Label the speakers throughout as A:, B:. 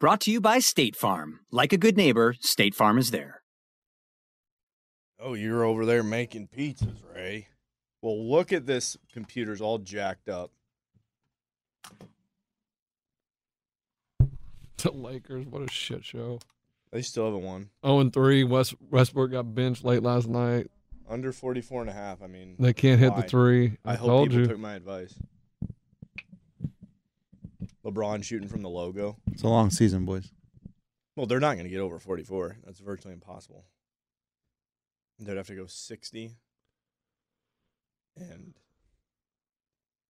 A: Brought to you by State Farm. Like a good neighbor, State Farm is there.
B: Oh, you're over there making pizzas, Ray. Well, look at this computer's all jacked up.
C: The Lakers, what a shit show.
B: They still haven't won.
C: 0 and 3. West Westbrook got benched late last night.
B: Under 44 and a half. I mean,
C: They can't hit
B: why?
C: the three. I,
B: I hope
C: told
B: people
C: you.
B: took my advice. LeBron shooting from the logo.
D: It's a long season, boys.
B: Well, they're not going to get over 44. That's virtually impossible. They'd have to go 60 and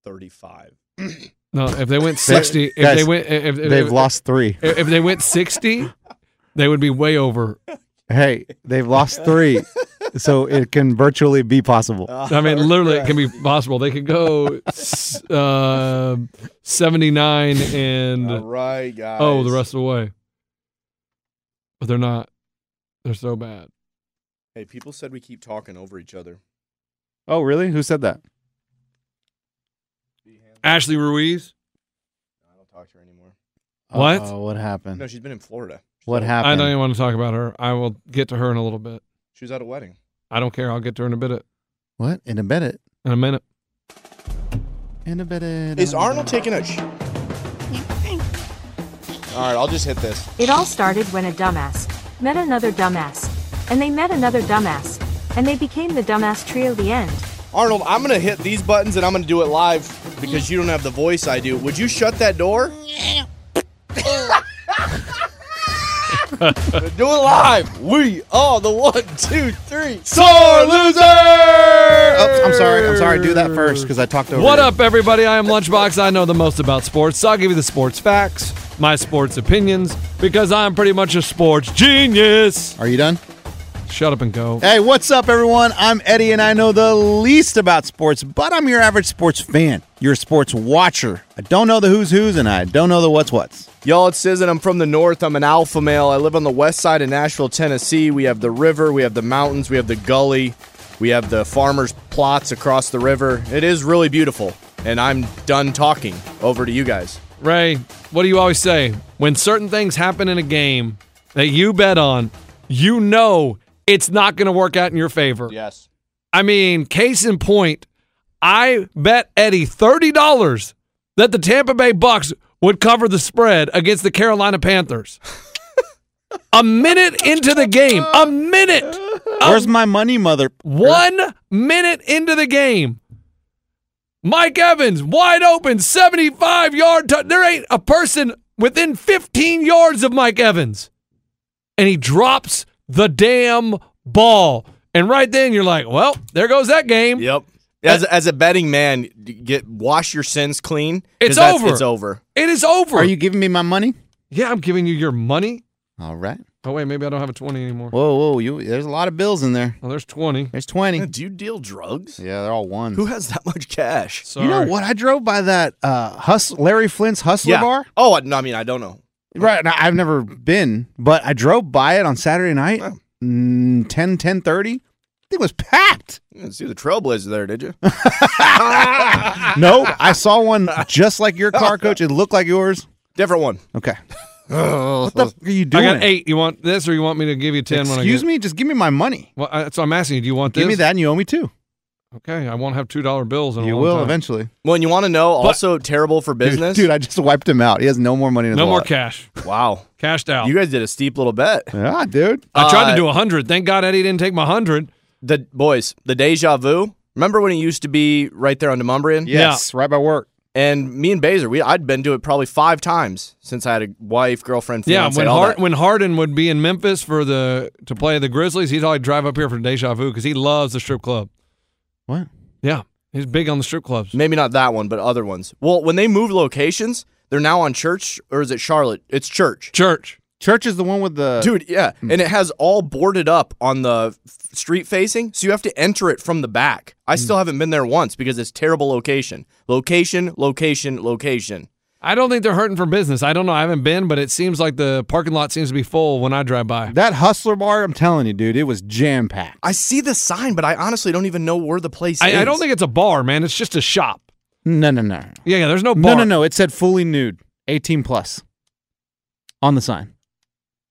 B: 35.
C: no, if they went 60, if
D: guys,
C: they went if, if-
D: They've
C: if-
D: lost three.
C: if, if they went 60, they would be way over.
D: Hey, they've lost three, so it can virtually be possible.
C: I mean, literally, it can be possible. They could go s- uh, 79 and
B: All right, guys.
C: oh, the rest of the way. But they're not. They're so bad.
B: Hey, people said we keep talking over each other.
D: Oh, really? Who said that?
C: Ashley Ruiz.
B: I don't talk to her anymore.
C: What?
D: Uh-oh, Oh, what happened?
B: No, she's been in Florida. She's
D: what
B: at a-
D: happened?
C: I don't even want to talk about her. I will get to her in a little bit.
B: She was at a wedding.
C: I don't care. I'll get to her in a bit.
D: What? In a bed it.
C: In a minute.
D: In a bed it.
B: Is
D: in a bed
B: Arnold
D: it.
B: taking a? Sh- All right, I'll just hit this.
E: It all started when a dumbass met another dumbass, and they met another dumbass, and they became the dumbass trio. The end.
B: Arnold, I'm gonna hit these buttons and I'm gonna do it live because you don't have the voice I do. Would you shut that door? do it live. We are the one, two, three.
C: Sore loser.
D: Oh, I'm sorry. I'm sorry. Do that first because I talked over.
C: What
D: you.
C: up, everybody? I am Lunchbox. I know the most about sports, so I'll give you the sports facts, my sports opinions, because I'm pretty much a sports genius.
D: Are you done?
C: Shut up and go.
D: Hey, what's up, everyone? I'm Eddie, and I know the least about sports, but I'm your average sports fan. You're a sports watcher. I don't know the who's who's, and I don't know the what's what's.
B: Y'all, it's Sizzin. I'm from the north. I'm an alpha male. I live on the west side of Nashville, Tennessee. We have the river, we have the mountains, we have the gully, we have the farmers' plots across the river. It is really beautiful. And I'm done talking. Over to you guys.
C: Ray, what do you always say? When certain things happen in a game that you bet on, you know it's not going to work out in your favor.
B: Yes.
C: I mean, case in point, I bet Eddie $30 that the Tampa Bay Bucks would cover the spread against the Carolina Panthers. a minute into the game, a minute,
D: Where's my money, mother?
C: one minute into the game. Mike Evans, wide open, 75 yard. tou- there ain't a person within 15 yards of Mike Evans. And he drops the damn ball. And right then you're like, well, there goes that game.
B: Yep. As, as a betting man, d- get wash your sins clean. 'cause
C: It's
B: that's-
C: over.
B: It's over.
C: It is over.
D: Are you giving me my money?
C: Yeah, I'm giving you your money.
D: All right.
C: Oh wait, maybe I don't have a twenty anymore.
D: Whoa, whoa. You. There's a lot of bills in there.
C: Oh, there's twenty.
D: There's twenty.
B: Do you deal drugs?
D: Yeah, they're all ones.
B: Who has that much cash?
C: Sorry.
D: You know what? I drove by that uh, Hus- Larry Flint's Hustler Bar.
B: Oh, I- no, I mean, I don't know.
D: Right. and I- I've never been, but I drove by it on Saturday night, mm, 10, 10 30. It was packed.
B: You didn't see the trailblazer there, did you?
D: No, I saw one just like your car, coach. It looked like yours.
B: Different one.
D: Okay. what the f- are you
C: I
D: doing?
C: got eight. You want this, or you want me to give you ten? when I
D: Excuse
C: get-
D: me. Just give me my money.
C: Well, I, so I'm asking you, do you want this?
D: Give me that, and you owe me two.
C: Okay, I won't have two dollar bills. In a
D: You
C: long
D: will
C: time.
D: eventually.
B: Well, and you want to know
C: But-
B: also terrible for
D: Dude-
B: business?
D: Dude, I just wiped him out. He has no more money in his
C: No more
D: wallet.
C: cash.
B: wow.
C: Cashed out.
B: You guys did a steep little bet.
D: Yeah, dude.
C: I tried
B: Uh,
C: to do a hundred. Thank God Eddie didn't take my hundred.
B: The boys, the deja vu. Remember when it used to be right there on Demumbrian?
D: Yes, right by work.
B: And me and Baser, we I'd been to it probably five times since I had a wife, girlfriend,
C: Yeah,
B: fiance,
C: when
B: all
C: Hart,
B: that.
C: when Harden would be in Memphis for the to play the Grizzlies, he'd always drive up here for Deja Vu because he loves the strip club.
D: What?
C: Yeah, he's big on the strip clubs.
B: Maybe not that one, but other ones. Well, when they move locations, they're now on Church, or is it Charlotte? It's Church.
C: Church.
D: Church is the one with
C: Uh,
D: the
B: Dude, yeah.
C: hmm.
B: And it has all boarded up on the f- street facing, so you have to enter it from the back.
C: Hmm.
B: I still haven't been there once because it's terrible location. Location, location, location.
C: I don't think they're hurting for business. I don't know. I haven't been, but it seems like the parking lot seems to be full when I drive by.
D: That hustler bar, I'm telling you, dude, it was jam packed.
B: I see the sign, but I honestly don't even know where the place is.
C: I, I don't think it's a bar, man. It's just a shop.
D: No, no, no.
C: Yeah, yeah. There's no
D: No,
C: bar.
D: no, no. It said fully nude, 18 plus on the sign.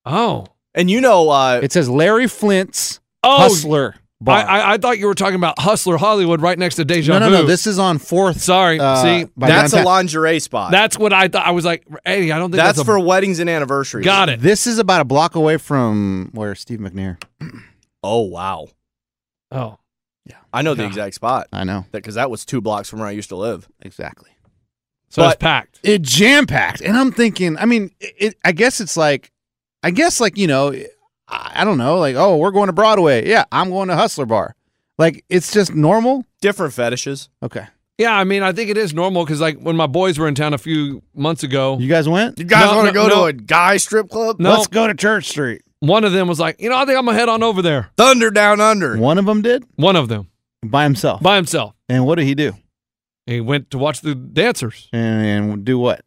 C: Oh,
B: And you know, uh,
D: It says Larry Flint's
C: oh.
D: Hustler Bar.
C: I, I, I thought you were talking about Hustler Hollywood right next to Deja
D: no, no,
C: Vu.
D: no. This is uh, on 4th.
C: Sorry, see,
D: by
B: that's
D: downtown.
B: a lingerie spot.
C: That's what I thought. I was like, Eddie, I don't think
B: that's
C: that's, a-
B: for weddings and anniversaries.
C: Got it.
D: This is about a block away from where Steve McNair.
B: Oh wow,
C: Oh,
B: I know the
C: Yeah.
B: exact spot
D: I know.
B: because that was two blocks from where I used to live.
D: Exactly.
C: so
B: But-
C: it's packed.
D: It jam packed. And I'm thinking, I mean, it, it, I guess it's like, I guess like, you know, I, I don't know, like, oh, we're going to Broadway. Yeah, I'm going to Hustler Bar. Like, it's just normal.
B: Different fetishes.
D: Okay.
C: Yeah, I mean, I think it is normal because, like, when my boys were in town a few months ago,
D: You guys went?
B: You guys
C: No,
B: want
C: no,
B: to go
C: no.
B: to a guy strip club?
C: No.
D: Let's go to Church Street.
C: one of them was like, you know, I think I'm gonna head on over there.
B: Thunder down under.
D: One of them did
C: One of them
D: by himself.
C: by himself.
D: and what did he do?
C: He went to watch the dancers,
D: And, and do what?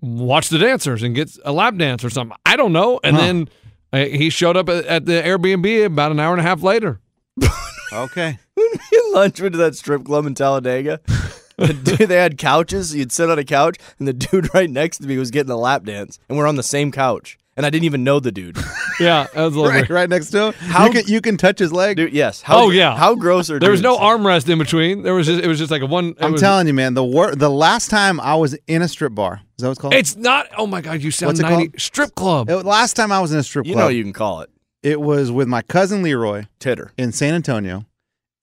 C: watch the dancers, and get a lap dance or something. I don't know. And
D: Huh.
C: then uh, he showed up at, at the Airbnb about an hour and a half later.
D: Okay.
B: Lunch went to that strip club in Talladega. The dude, they had couches. You'd sit on a couch, and the dude right next to me was getting a lap dance, and we're on the same couch. And I didn't even know the dude.
C: Yeah, that was a little
D: right,
C: weird.
D: right next to him.
B: How-
D: you can you can touch his leg.
B: Dude, yes. How,
C: Oh, yeah.
B: How gross are
C: There was no
B: dudes?
C: armrest in between. There was just it was just like a one. it
D: I'm
C: was-
D: telling you, man. The wor- the last time I was in a strip bar, is that what's called?
C: It's not. Oh my God, you sound
D: What's it
C: ninety
D: called?
C: strip club.
D: It- last time I was in a strip
B: You
D: club.
B: know you can call it
D: it was with my cousin Leroy
B: titter.
D: in San Antonio,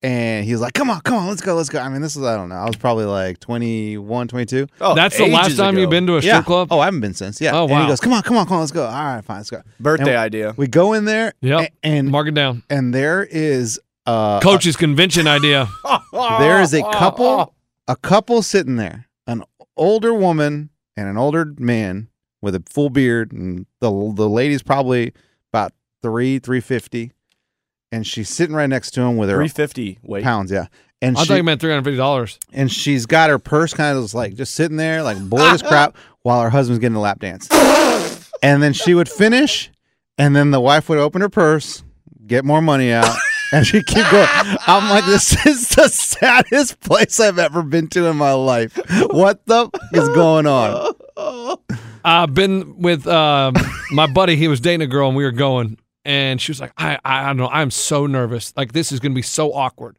D: and he was like, "Come on, come on, let's go, let's go." I mean, this was I don't know. I was probably like 21, 22.
B: Oh,
C: That's the last
B: ages
C: time
B: ago.
C: you've been to a strip
D: yeah.
C: club.
D: Oh, I haven't been since. Yeah.
C: Oh,
D: And
C: wow.
D: he goes, "Come on, come on, come on, let's go." All right, fine, let's go.
B: Birthday
D: And-
B: idea.
D: We go in there.
C: Yep.
D: a- And
C: Mark it down.
D: and there is uh, a
C: Coach's convention idea.
D: there is a couple a couple sitting there an older woman and an older man with a full beard and the the lady's probably about 3 350 and she's sitting right next to him with her
B: 350. Wait.
D: pounds yeah and
C: I thought
D: she
C: you meant three hundred fifty dollars.
D: and she's got her purse kind of just like just sitting there like bored as crap while her husband's getting a lap dance and then she would finish and then the wife would open her purse get more money out and she'd keep going i'm like this is the saddest place i've ever been to in my life what the f- is going on
C: I've been with um, my buddy. He was dating a girl, and we were going. And she was like, "I, I, I don't know. I'm so nervous. Like this is going to be so awkward."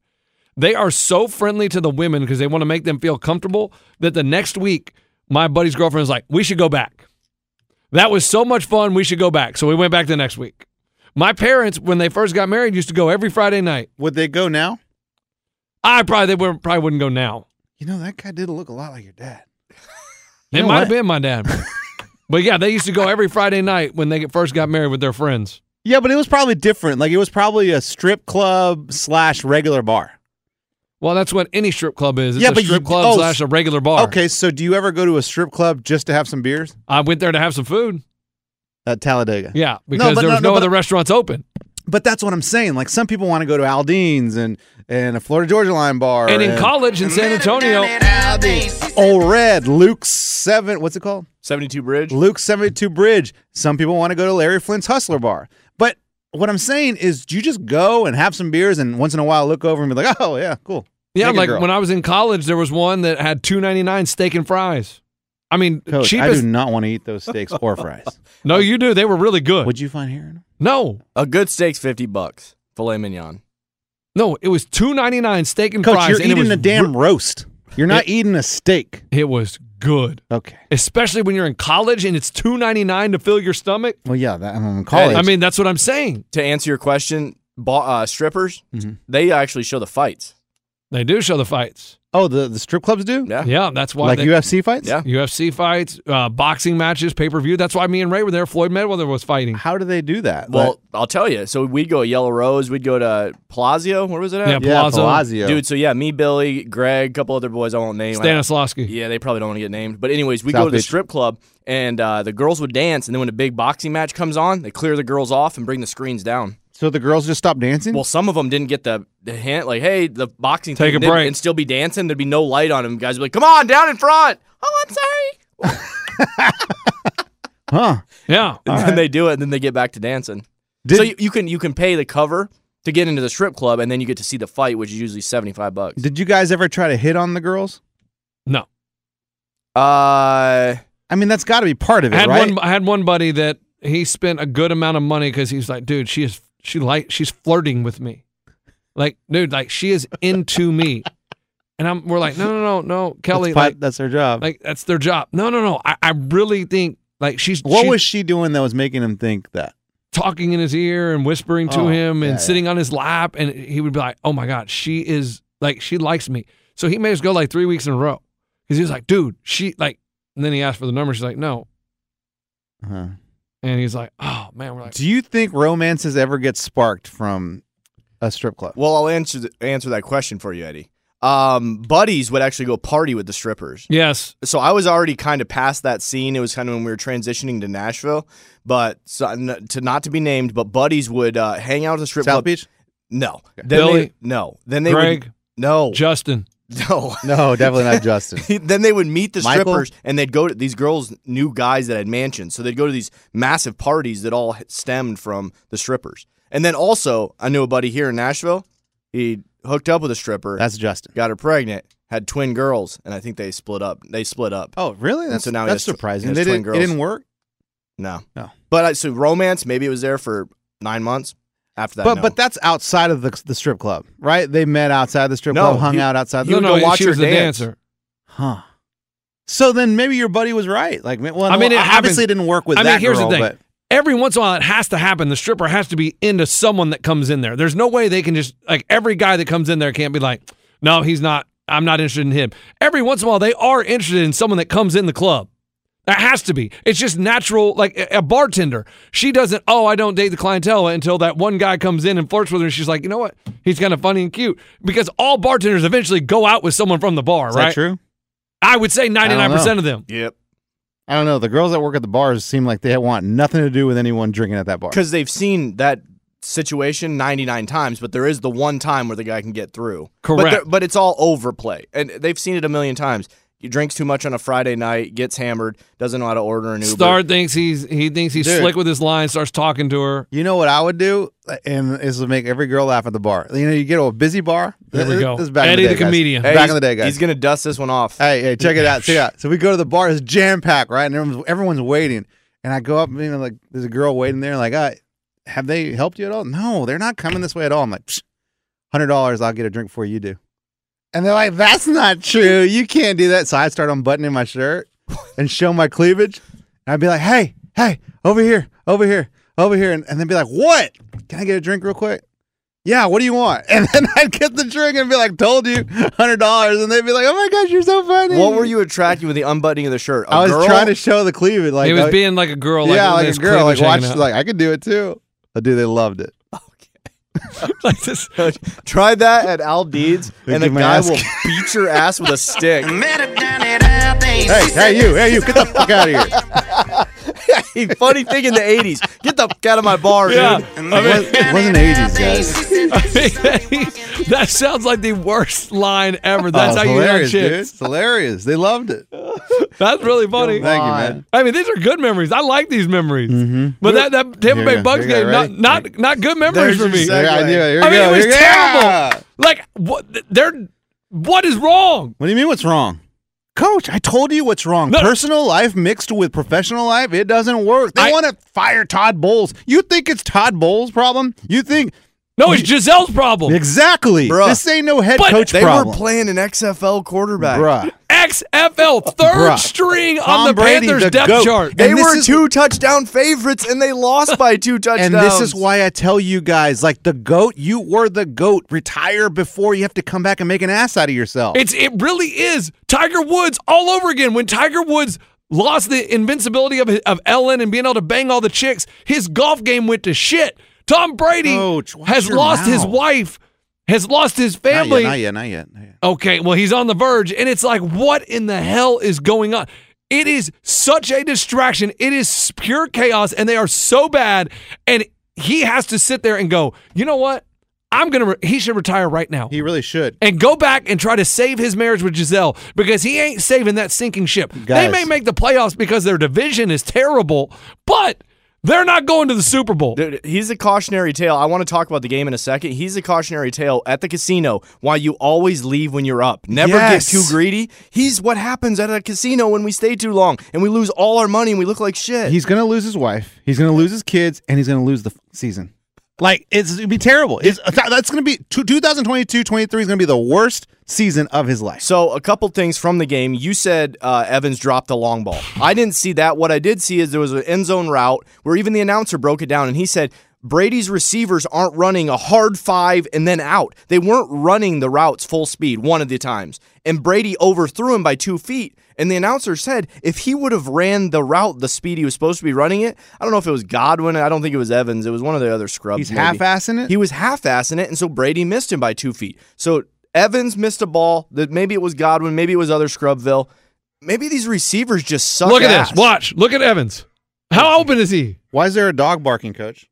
C: They are so friendly to the women because they want to make them feel comfortable. That the next week, my buddy's girlfriend was like, "We should go back. That was so much fun. We should go back." So we went back the next week. My parents, when they first got married, used to go every Friday night.
D: would they go now
C: I probably they would, probably wouldn't go now.
D: you know that guy did look a lot like your dad
C: It
D: know
C: might have
D: what?
C: been my dad. But yeah, they used to go every Friday night when they first got married with their friends.
D: yeah but it was probably different like it was probably a strip club slash regular bar
C: Well, that's what any strip club is. It's
D: Yeah,
C: a
D: but
C: strip
D: you-
C: club
D: oh,
C: slash a regular bar.
D: okay so do you ever go to a strip club just to have some beers
C: I went there to have some food.
D: at uh, Talladega.
C: Yeah, because
D: but
C: there
D: no-
C: was
D: no,
C: no,
D: but-
C: other restaurants open.
D: But that's what I'm saying. Like some people want to go to Aldean's and and a Florida Georgia Line bar
C: And in college in San Antonio,
D: Old Red, Luke's seven. What's it called?
B: 72 Bridge.
D: Luke's seventy two Bridge. Some people want to go to Larry Flint's Hustler Bar. But what I'm saying is, you just go and have some beers, and once in a while look over and be like, oh yeah, cool.
C: yeah,
D: Naked
C: like
D: girl.
C: when I was in college, there was one that had two ninety nine steak and fries. I mean,
D: Coach, I
C: cheapest.
D: do not want to eat those steaks or fries.
C: No, you do. They were really good.
D: Would you find here?
C: no,
B: A good steak's 50 bucks. Filet mignon.
C: No, it was two ninety nine steak and
D: Coach,
C: fries.
D: you're
C: and it was
D: eating a damn roast. You're not eating a steak.
C: It was good,
D: Okay.
C: especially when you're in college and it's two ninety nine to fill your stomach.
D: Well, yeah, that, I'm in college.
C: I mean, that's what I'm saying.
B: To answer your question, bo- uh, strippers, they actually show the fights.
C: They do show the fights.
D: oh, the, the strip clubs do?
B: Yeah.
C: Yeah, that's why
D: Like
C: they,
D: UFC fights?
B: Yeah.
C: UFC fights, uh, boxing matches, pay per view. That's why me and Ray were there. Floyd Mayweather was fighting.
D: How do they do that?
B: Well, I'll tell you. So we'd go to Yellow Rose. We'd go to Palazzo. Where was it
C: Yeah,
B: at?
D: Like- yeah,
C: Palazzo.
D: Palazzo.
B: Dude, so yeah, me, Billy, Greg, couple other boys I won't name.
C: Stanislavski.
B: Yeah, they probably don't want to get named. But anyways, we
D: South
B: go to the
D: Beach.
B: strip club and uh, the girls would dance, and then when a big boxing match comes on, they clear the girls off and bring the screens down.
D: so the girls just stop dancing?
B: Well, some of them didn't get the, the hint, like, hey, the boxing
C: Take
B: thing,
C: a
B: they'd-
C: break.
B: and still be dancing. There'd be no light on them. Guys would be like, come on, down in front. Oh, I'm sorry.
D: huh.
C: Yeah.
B: And then they do it, and then they get back to dancing.
D: Did-
B: so you, you can you can pay the cover to get into the strip club, and then you get to see the fight, which is usually seventy five bucks.
D: Did you guys ever try to hit on the girls?
C: No.
B: Uh,
D: I mean, that's got to be part of
C: I
D: it,
C: had
D: right?
C: one I had one buddy that he spent a good amount of money because he was like, dude, she is she like she's flirting with me. Like, dude, like she is into me. And I'm we're like, no, no, no, no, Kelly,
D: that's, part-
C: like,
D: that's their job.
C: like that's their job. No, no, no. I, I really think like she's
D: what
C: she's
D: was she doing that was making him think that?
C: talking in his ear and whispering to
D: Oh,
C: him and
D: yeah,
C: sitting on his lap and he would be like, Oh my God, she is like she likes me. So he made us go like three weeks in a row. Because he was like, dude, she like and then he asked for the number, she's like, No.
D: Uh-huh.
C: And he's like, Oh man, we're like
D: Do you think romances ever get sparked from a strip club?
B: well, I'll answer th- answer that question for you, Eddie. Um, buddies would actually go party with the strippers.
C: Yes.
B: so I was already kind of past that scene. It was kind of when we were transitioning to Nashville, but so, n- to not to be named, but buddies would uh, hang out at the strip
D: South
B: club.
D: Beach?
B: No, then they-
C: Billy?
B: no, then they
C: Greg?
B: would no,
C: Justin.
B: no.
D: No, definitely not Justin.
B: then they would meet the
D: Michael?
B: strippers, and they'd go to these girls knew guys that had mansions, so they'd go to these massive parties that all stemmed from the strippers. And then also, I knew a buddy here in Nashville. He hooked up with a stripper,
D: That's Justin.
B: got her pregnant, had twin girls, and I think they split up. They split up.
D: Oh, really?
B: And
D: That's,
B: so now he
D: that's
B: has tw-
D: surprising.
B: he has
D: They
B: twin
D: didn't, it
B: girls.
D: didn't work?
B: No.
C: Oh.
D: No.
B: But I, so romance, maybe it was there for nine months. After that,
D: But
B: no.
D: but that's outside of the, the strip club, right? They met outside the strip
B: No,
D: club, hung
B: you-
D: out outside the
B: you would
C: No, no,
B: Uh, go watch
C: she
B: her
C: was
B: dance.
C: the dancer.
D: Huh. So then maybe your buddy was right. Like, well,
C: I mean, it
D: obviously
C: happens.
D: it didn't work with
C: I mean,
D: that
C: here's
D: girl,
C: the thing.
D: but
C: Every once in a while, it has to happen. The stripper has to be into someone that comes in there. There's no way they can just like every guy that comes in there can't be like, no, he's not. I'm not interested in him. Every once in a while, they are interested in someone that comes in the club. That has to be. It's just natural. Like a a bartender, she doesn't. Oh, I don't date the clientele until that one guy comes in and flirts with her. And she's like, you know what? He's kind of funny and cute. Because all bartenders eventually go out with someone from the bar,
D: is
C: right?
D: that true?
C: I would say 99% of them.
B: yep,
D: I don't know. The girls that work at the bars seem like they want nothing to do with anyone drinking at that bar.
B: because they've seen that situation 99 times, but there is the one time where the guy can get through. But,
C: Correct.
B: there- but it's all overplay, and they've seen it a million times. He drinks too much on a Friday night, gets hammered, doesn't know how to order an Uber.
C: Star thinks he's he thinks he's
D: Dude.
C: slick with his line, starts talking to her.
D: You know what I would do, and this would make every girl laugh at the bar. You know, you get to a busy bar.
C: There we
D: This-
C: go.
D: This is back
C: Eddie
D: in the,
C: the
D: day, guys.
C: comedian.
B: Hey,
D: Back
B: he's-
D: in the day,
B: He's
D: guys.
B: gonna dust this one off.
D: Hey, hey, check it out, check it out. So we go to the bar. It's jam packed, right? And everyone's, everyone's waiting. And I go up, you know, like there's a girl waiting there. Like, I have they helped you at all? No, they're not coming this way at all. I'm like, "Psh, hundred dollars, I'll get a drink before you do. And they're like, that's not true. You can't do that. So I start unbuttoning my shirt and show my cleavage. And I'd be like, hey, hey, over here, over here, over here. And, and then be like, what? Can I get a drink real quick? Yeah, what do you want? And then I'd get the drink and be like, told you, $100. And they'd be like, oh my gosh, you're so funny.
B: what were you attracting with the unbuttoning of the shirt? A
D: I was
B: girl?
D: trying to show the cleavage. Like,
C: he was
D: uh,
C: being like a girl, like,
D: yeah,
C: with
D: like
C: his
D: a girl. Like,
C: cleavage
D: watch,
C: hanging out.
D: like, I could do it too. But dude, they loved it.
C: Like this.
B: Try that at Al Deeds, and the
D: Give my
B: guy
D: ass-
B: will beat your ass with a stick.
D: Hey, hey, you, hey, you, get the fuck out of here.
B: Funny thing in the 80s. Get the fuck out of my bar,
C: Yeah,
B: dude.
C: I
D: It
C: mean,
D: wasn't, it wasn't 80s, guys.
C: that sounds like the worst line ever.
D: Oh,
C: That's
D: it's
C: how you hit on
D: hilarious, dude.
C: chicks.
D: It's hilarious. They loved it.
C: That's really funny.
D: Thank you, man. Mm-hmm.
C: I mean, these are good memories. I like these memories. But that, that Tampa
D: Here
C: Bay
D: you go.
C: Bucks
D: Here you
C: game,
D: go.
C: not
D: Ready?
C: not not good memories for me.
D: Yeah, I knew it. Here
C: I
D: we
C: mean,
D: go.
C: it was
D: Here we go.
C: terrible. Like what? They're what is wrong?
D: What do you mean what's wrong? Coach, I told you what's wrong.
C: No.
D: Personal life mixed with professional life, it doesn't work. They
C: I-
D: want to fire Todd Bowles. You think it's Todd Bowles' problem? You think
C: No, it's Giselle's problem.
D: Exactly.
B: Bruh.
D: This ain't no head
C: But
D: coach
B: They
D: problem.
B: were playing an XFL quarterback.
D: Bruh.
C: XFL third
D: Bruh.
C: string
D: Tom
C: on the
D: Brady,
C: Panthers
D: the
C: depth
D: goat.
C: chart.
B: They
D: And this
B: were
D: is-
B: two touchdown favorites and they lost by two touchdowns.
D: And this is why I tell you guys, like the goat, you were the goat. Retire before you have to come back and make an ass out of yourself.
C: It's it really is Tiger Woods all over again. When Tiger Woods lost the invincibility of of Ellen and being able to bang all the chicks, his golf game went to shit. Tom Brady
D: Coach, watch
C: has
D: your
C: lost his
D: mouth.
C: wife, has lost his
D: not
C: family.
D: yet, not yet, not yet, not yet.
C: Okay, well, he's on the verge, and it's like, what in the hell is going on? It is such a distraction. It is pure chaos, and they are so bad. And he has to sit there and go, you know what? I'm gonna. Re- he should retire right now
D: He really should.
C: and go back and try to save his marriage with Giselle because he ain't saving that sinking ship. They
D: Guys.
C: may make the playoffs because their division is terrible, but they're not going to the Super Bowl.
B: Dude, he's a cautionary tale. I want to talk about the game in a second. He's a cautionary tale at the casino. Why you always leave when you're up. Never
D: Yes.
B: get too greedy. He's what happens at a casino when we stay too long and we lose all our money and we look like shit.
D: He's gonna lose his wife. He's gonna lose his kids, and he's gonna lose the f- season. Like it's it'd be terrible. It's, that's gonna be 2022-23 is gonna be the worst season of his life.
B: So, a couple things from the game. You said uh, Evans dropped the long ball. I didn't see that. What I did see is there was an end zone route where even the announcer broke it down and he said, Brady's receivers aren't running a hard five and then out. They weren't running the routes full speed one of the times. And Brady overthrew him by two feet. And the announcer said if he would have ran the route the speed he was supposed to be running it, I don't know if it was Godwin. I don't think it was Evans. It was one of the other scrubs.
D: He's
B: maybe.
D: half-assing it?
B: He was half-assing it, and so Brady missed him by two feet. So Evans missed a ball that maybe it was Godwin, maybe it was other Scrubville. Maybe these receivers just suck.
C: Look at
B: ass.
C: this. Watch. Look at Evans. How open is he?
D: Why is there a dog barking, Coach?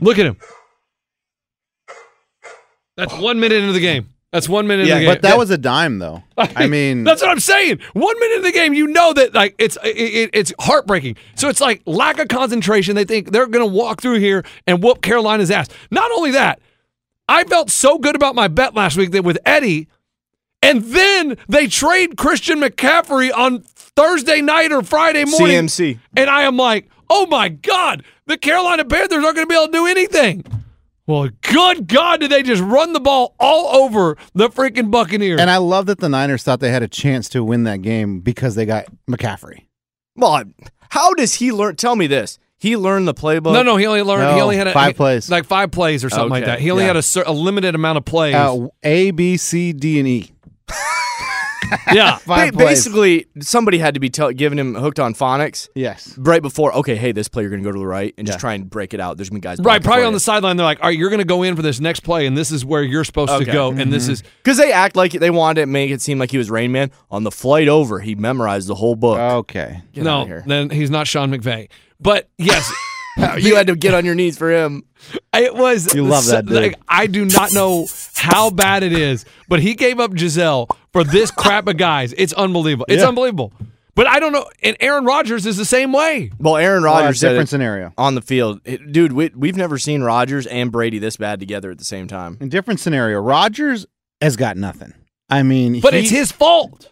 C: Look at him. That's one minute into the game. That's one minute
B: Yeah,
C: into the game.
D: But that was a dime, though. I mean,
C: That's what I'm saying. One minute of the game, you know that like it's it, it, it's heartbreaking. So it's like lack of concentration. They think they're going to walk through here and whoop Carolina's ass. Not only that, I felt so good about my bet last week that with Eddie, and then they trade Christian McCaffrey on Thursday night or Friday morning.
B: CMC.
C: And I am like, oh my God, the Carolina Panthers aren't going to be able to do anything. Well, good God, did they just run the ball all over the freaking Buccaneers?
D: and I love that the Niners thought they had a chance to win that game because they got McCaffrey.
B: Well, I- how does he learn? Tell me this. He learned the playbook.
C: no, no, he only learned. he
D: No,
C: only had a,
D: five
C: he-
D: plays.
C: like five plays or something like
B: Okay,
C: that. He only
D: yeah.
C: had a, cer- a limited amount of plays.
D: Uh, a, B, C, D, and E.
C: yeah,
D: Five
B: Ba-
D: plays.
B: basically, somebody had to be tell giving him hooked on phonics
D: yes.
B: right before. Okay, hey, this play you're gonna go to the right and just
D: Yeah.
B: try and break it out. There's gonna be guys
C: right. Probably on the sideline, they're like, "All right, you're going to go in for this next play, and this is where you're supposed to
B: Okay.
C: go, and
D: Mm-hmm.
C: this is."
B: because they act like they wanted to make it seem like he was Rain Man. On the flight over, he memorized the whole book.
D: Okay.
B: Get outta
C: no,
B: here.
C: then he's not Sean McVay. But yes,
B: you had to get on your knees for him.
C: it was.
D: You love that, dude.
C: Like, I do not know how bad it is, but he gave up Giselle for this crap of guys. It's unbelievable. It's
D: Yeah.
C: unbelievable. But I don't know. And Aaron Rodgers is the same way.
B: Well, Aaron
D: Uh,
B: Rodgers said it
D: different scenario.
B: on the field, It- dude. We, we've never seen Rodgers and Brady this bad together at the same time.
D: In different scenario, Rogers has got nothing. I mean,
C: But
D: he-
C: it's his fault.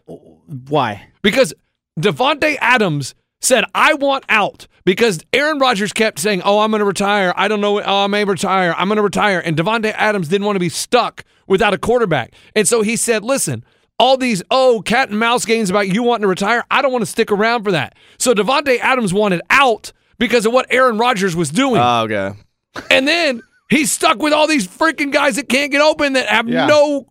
D: why?
C: because Devonte Adams said, "I want out." Because Aaron Rodgers kept saying, "Oh, I'm going to retire. I don't know. Oh, I may retire. I'm going to retire." And Devonte Adams didn't want to be stuck without a quarterback, and so he said, "Listen." All these oh cat and mouse games about you wanting to retire, I don't want to stick around for that. So Devonte Adams wanted out because of what Aaron Rodgers was doing,
D: Uh.
B: Oh, okay.
C: and then he's stuck with all these freaking guys that can't get open that have
D: Yeah.
C: no.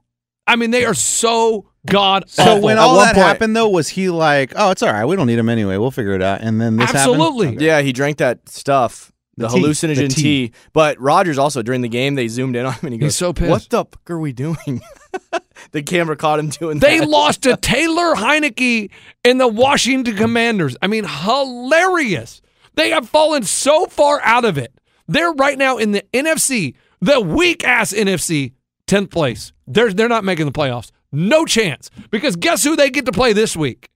C: I mean, they are so god.
D: So
C: awful.
D: when
B: At
D: all
B: one
D: that
B: point-
D: happened, though, was he like, "Oh, it's all right. We don't need him anyway. We'll figure it out." And then this
C: Absolutely.
D: happened. Uh,
B: Yeah, he drank that stuff, the,
D: The tea.
B: hallucinogen
D: The
B: tea.
D: tea.
B: But Rodgers also during the game they zoomed in on him and he goes,
C: He's so pissed.
B: "What the fuck are we doing?" the camera caught him doing
C: They
B: that.
C: lost to Taylor Heineke and the Washington Commanders. I mean, hilarious. They have fallen so far out of it. They're right now in the NFC, the weak ass NFC, 10th place. They're, they're not making the playoffs. No chance. Because guess who they get to play this week?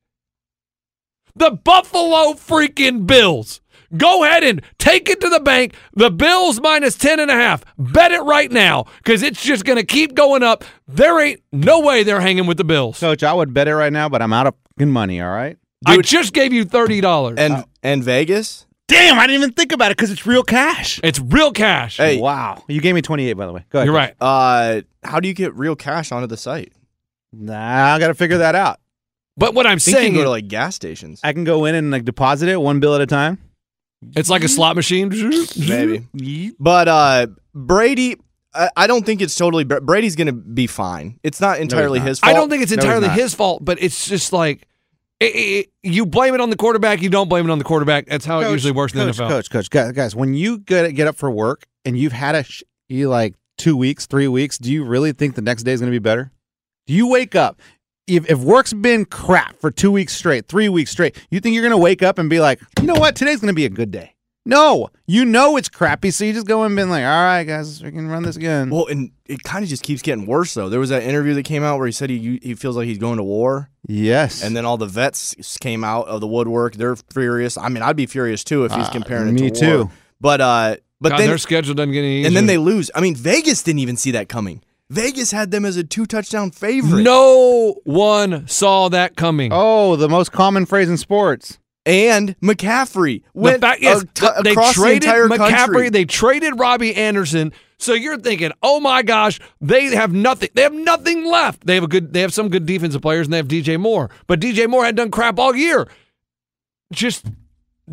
C: The Buffalo freaking Bills. Go ahead and take it to the bank. The Bills minus 10 and a half. Bet it right now because it's just going to keep going up. There ain't no way they're hanging with the Bills.
D: Coach, I would bet it right now, but I'm out of fucking money. All right.
C: I just gave you $30.
B: and and Vegas,
D: Damn, I didn't even think about it because it's real cash.
C: It's real cash.
B: Hey,
D: Wow. You gave me 28, by the way. Go ahead.
C: You're right.
B: uh, how do you get real cash onto the site?
D: Nah, I got to figure that out.
C: But what
B: I
C: I'm
B: think you can
C: saying,
B: go
C: is
B: to like gas stations.
D: I can go in and like deposit it one bill at a time.
C: it's like a slot machine.
B: Maybe. But uh, Brady, I, I don't think it's totally. Bra- Brady's going to be fine. It's not entirely
D: not.
B: his
C: I
B: fault.
C: don't think it's
D: No, he's
C: entirely
D: not.
C: his fault, but it's just like it, it- you blame it on the quarterback. You don't blame it on the quarterback. That's how it
D: Coach,
C: Oh, usually works in the
D: coach,
C: NFL.
D: Coach, coach, guys, guys, when you get get up for work and you've had a sh- you like two weeks, three weeks, do you really think the next day is going to be better? Do you wake up? If, if work's been crap for two weeks straight, three weeks straight, you think you're going to wake up and be like, you know what, today's going to be a good day? No, you know it's crappy, so you just go and been like, all right, guys, we can run this again.
B: Well, and it kind of just keeps getting worse though. There was that interview that came out where he said he he feels like he's going to war,
D: yes,
B: and then all the vets came out of the woodwork. They're furious. I mean, I'd be furious too if he's
D: Uh,
B: comparing
D: me
B: it to war.
D: too.
B: But uh, but
C: God,
B: then
C: their schedule doesn't get any.
B: and then they
C: easier.
B: lose. I mean, Vegas didn't even see that coming. Vegas had them as a two touchdown favorite.
C: no one saw that coming.
D: oh, the most common phrase in sports.
B: and McCaffrey
C: The
B: went
C: fact is,
B: ac- across
C: th- they
B: the
C: traded
B: entire
C: McCaffrey.
B: country.
C: They traded Robbie Anderson. So you're thinking, oh my gosh, they have nothing. They have nothing left. They have a good. They have some good defensive players, and they have DJ Moore. But DJ Moore had done crap all year. Just,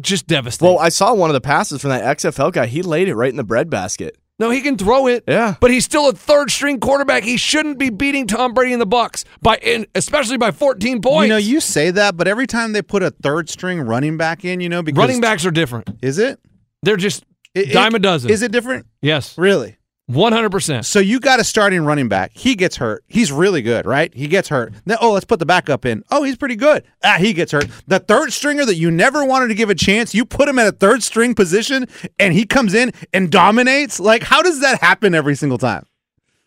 C: just devastating.
B: well, I saw one of the passes from that XFL guy. He laid it right in the breadbasket.
C: no, he can throw it.
B: Yeah.
C: but he's still a third string quarterback. He shouldn't be beating Tom Brady in the Bucks by, and especially by 14 points.
D: You know, you say that, but every time they put a third string running back in, you know, because
C: running backs are different.
D: is it?
C: They're just
D: It- it-
C: dime a dozen.
D: Is it different?
C: Yes,
D: Really?
C: 100. percent
D: So you got a starting running back. He gets hurt. He's really good, right? He gets hurt. Then, oh, let's put the backup in. Oh, he's pretty good. Ah, he gets hurt. The third stringer that you never wanted to give a chance, you put him at a third string position and he comes in and dominates. Like, how does that happen every single time?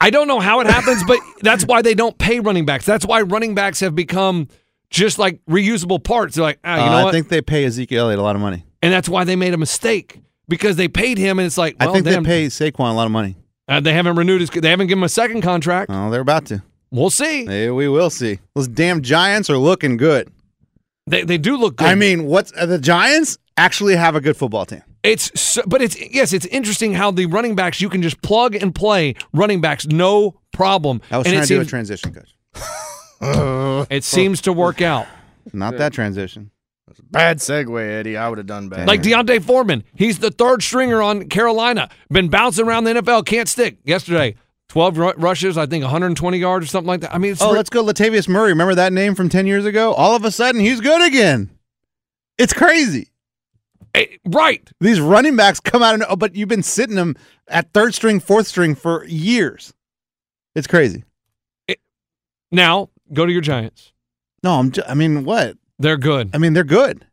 C: I don't know how it happens, but that's why they don't pay running backs. That's why running backs have become just like reusable parts. They're like, ah,
D: Uh,
C: you know what?
D: they pay Ezekiel Elliott a lot of money.
C: and that's why they made a mistake because they paid him, and it's like, well, damn,
D: Saquon a lot of money.
C: uh, they haven't renewed his. They haven't given him a second contract.
D: Oh, they're about to.
C: We'll see.
D: Hey, we will see. Those damn Giants are looking good.
C: They, they do look good.
D: I mean, what's uh, the Giants actually have a good football team?
C: It's so, but it's yes, it's interesting how the running backs you can just plug and play running backs, no problem.
D: I was
C: and
D: trying
C: it
D: to do a
C: seems,
D: transition, coach.
C: it seems to work out.
D: Not that transition.
B: Bad segue, Eddie. I would have done better.
C: Like Deontay Foreman, he's the third stringer on Carolina. Been bouncing around the NFL, can't stick. Yesterday, twelve ru- rushes, I think 120 yards or something like that. I mean, it's
D: Oh,
C: ri-
D: let's go Latavius Murray. Remember that name from 10 years ago? All of a sudden, he's good again. It's crazy.
C: eh, right.
D: These running backs come out, and, oh, but you've been sitting them at third string, fourth string for years. It's crazy.
C: Now go to your Giants.
D: No, I'm. Ju- I mean, what?
C: They're good.
D: I mean, they're good.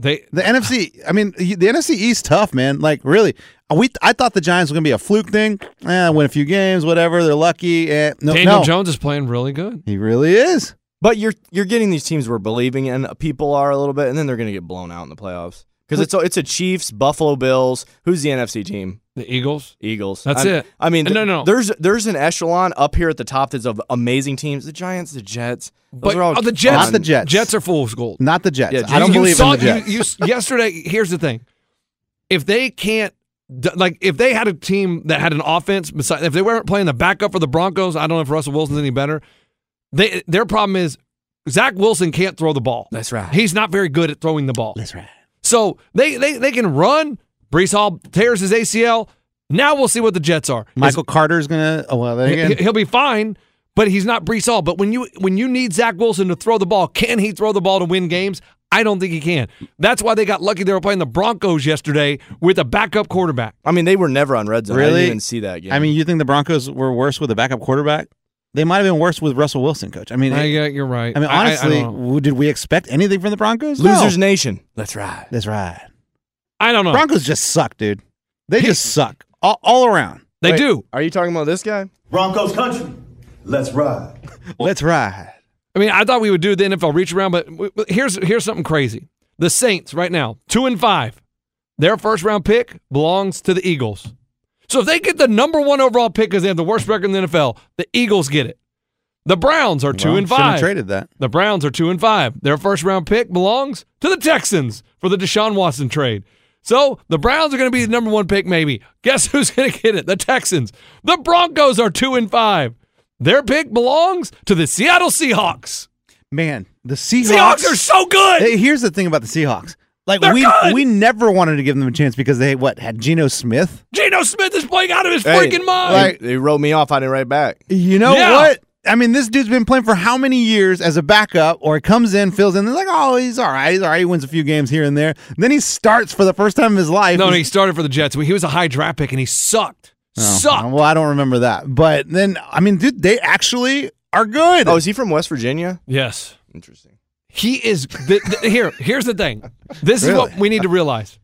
C: They
D: The NFC. I mean, the NFC East tough, man. Like really, we. I thought the Giants were gonna be a fluke thing. Eh, win a few games, whatever. They're lucky. Eh, no,
C: Daniel
D: no.
C: Jones is playing really good.
D: He really is.
B: But you're you're getting these teams we're believing in. People are a little bit, and then they're going to get blown out in the playoffs because it's it's a Chiefs, Buffalo Bills. Who's the NFC team?
C: The Eagles.
B: Eagles.
C: That's
B: I,
C: it.
B: I mean,
C: No, no.
B: There's there's an echelon up here at the top that's of amazing teams. The Giants, the Jets. Those
C: But
B: are all
C: oh, the Jets,
D: Not the
B: fun.
D: Jets.
C: Jets are fool's gold.
D: Not the Jets.
B: Yeah,
D: I don't
C: you
D: believe
C: saw,
D: in the Jets.
C: You, you, yesterday, here's the thing: if they can't, d- like, if they had a team that had an offense, besides if they weren't playing the backup for the Broncos, I don't know if Russell Wilson's any better. They their problem is Zach Wilson can't throw the ball.
B: That's right.
C: He's not very good at throwing the ball.
D: That's right.
C: So they they they can run. Brees Hall tears his ACL. Now we'll see what the Jets are.
D: Michael Carter's gonna. Oh well, then
C: He-
D: again,
C: He'll be fine, but he's not Brees Hall. But when you when you need Zach Wilson to throw the ball, can he throw the ball to win games? I don't think he can. That's why they got lucky. They were playing the Broncos yesterday with a backup quarterback.
B: I mean, they were never on red zone. I
D: Really?
B: didn't even see that game.
D: I mean, you think the Broncos were worse with a backup quarterback? They might have been worse with Russell Wilson, coach. I mean,
C: I,
D: it-
C: yeah, you're right.
D: I mean,
C: I
D: honestly,
C: don't know.
D: w- did we expect anything from the Broncos? No.
B: losers nation. That's right.
D: That's right.
C: I don't know.
D: Broncos just suck, dude. They just suck all, all around.
C: they
B: Wait,
C: do.
B: Are you talking about this guy?
F: Broncos country. Let's ride.
D: Let's ride.
C: I mean, I thought we would do the NFL reach around, but w- w- here's here's something crazy. The Saints right now, two and five. Their first round pick belongs to the Eagles. So if they get the number one overall pick because they have the worst record in the NFL, the Eagles get it. The Browns are two
D: Well,
C: and
D: shouldn't have
C: five.
D: traded that.
C: The Browns are two and five. Their first round pick belongs to the Texans for the Deshaun Watson trade. So the Browns are going to be the number one pick, maybe. Guess who's going to get it? The Texans. The Broncos are two and five. Their pick belongs to the Seattle Seahawks.
D: Man, the Seahawks,
C: Seahawks are so good.
D: Hey, here's the thing about the Seahawks. Like
C: They're
D: we
C: good.
D: we never wanted to give them a chance because they what had Geno Smith.
C: Geno Smith is playing out of his
B: Hey,
C: freaking mind.
B: Like, they wrote me off. I didn't write back.
D: You know
C: Yeah.
D: what? I mean, this dude's been playing for how many years as a backup, or comes in, fills in. They're like, oh, he's all right. He's all right. He wins a few games here and there. And then he starts for the first time in his life.
C: no, no,
D: He's-
C: he started for the Jets. He was a high draft pick and he sucked.
D: Oh,
C: Sucked.
D: Well, I don't remember that. But then, I mean, dude, they actually are good.
B: Oh, is he from West Virginia?
C: Yes.
B: Interesting.
C: He is th- th- here. Here's the thing. This is what
D: Really?
C: we need to realize.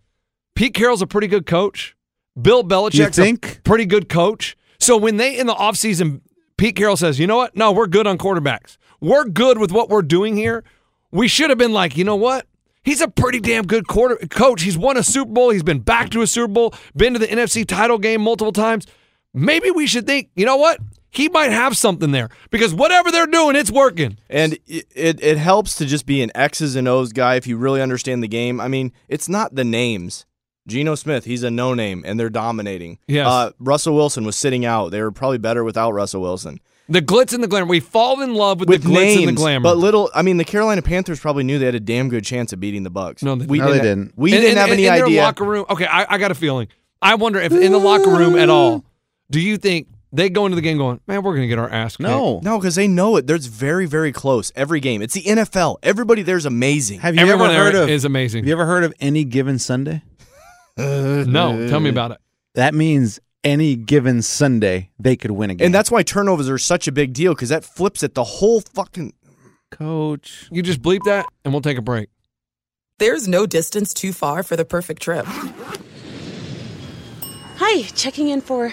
C: Pete Carroll's a pretty good coach. Bill
D: you
C: Belichick's a
D: think?
C: pretty good coach. So when they in the offseason, Pete Carroll says, you know what? No, we're good on quarterbacks. We're good with what we're doing here. We should have been like, you know what? He's a pretty damn good quarter coach. He's won a Super Bowl. He's been back to a Super Bowl, been to the NFC title game multiple times. Maybe we should think, you know what? He might have something there because whatever they're doing, it's working.
B: And it, it, it helps to just be an X's and O's guy if you really understand the game. I mean, it's not the names. Geno Smith, he's a no name, and they're dominating.
C: Yes.
B: Uh, Russell Wilson was sitting out. They were probably better without Russell Wilson.
C: The glitz and the glamour. We fall in love with,
B: With
C: the glitz
B: names,
C: and the glamour.
B: but little. I mean, the Carolina Panthers probably knew they had a damn good chance of beating the Bucks.
C: No, they
B: we
D: didn't. No, they didn't.
B: We
C: And-
B: didn't
C: and-
B: have
C: and
B: any
C: in their
B: idea.
C: locker room. Okay, I, I got a feeling. I wonder if in the locker room at all, do you think they go into the game going, man, we're going to get our ass kicked?
D: No.
B: No, because they know it. There's very, very close every game. It's the NFL. Everybody there's amazing.
D: Have you
C: Everyone
D: ever heard
C: there
D: of?
C: is amazing.
D: have you ever heard of any given Sunday?
C: no, tell me about it.
D: That means any given Sunday they could win a game.
B: And that's why turnovers are such a big deal because that flips it the whole fucking.
D: coach.
C: You just bleep that and we'll take a break.
G: There's no distance too far for the perfect trip
H: Hi, checking in for.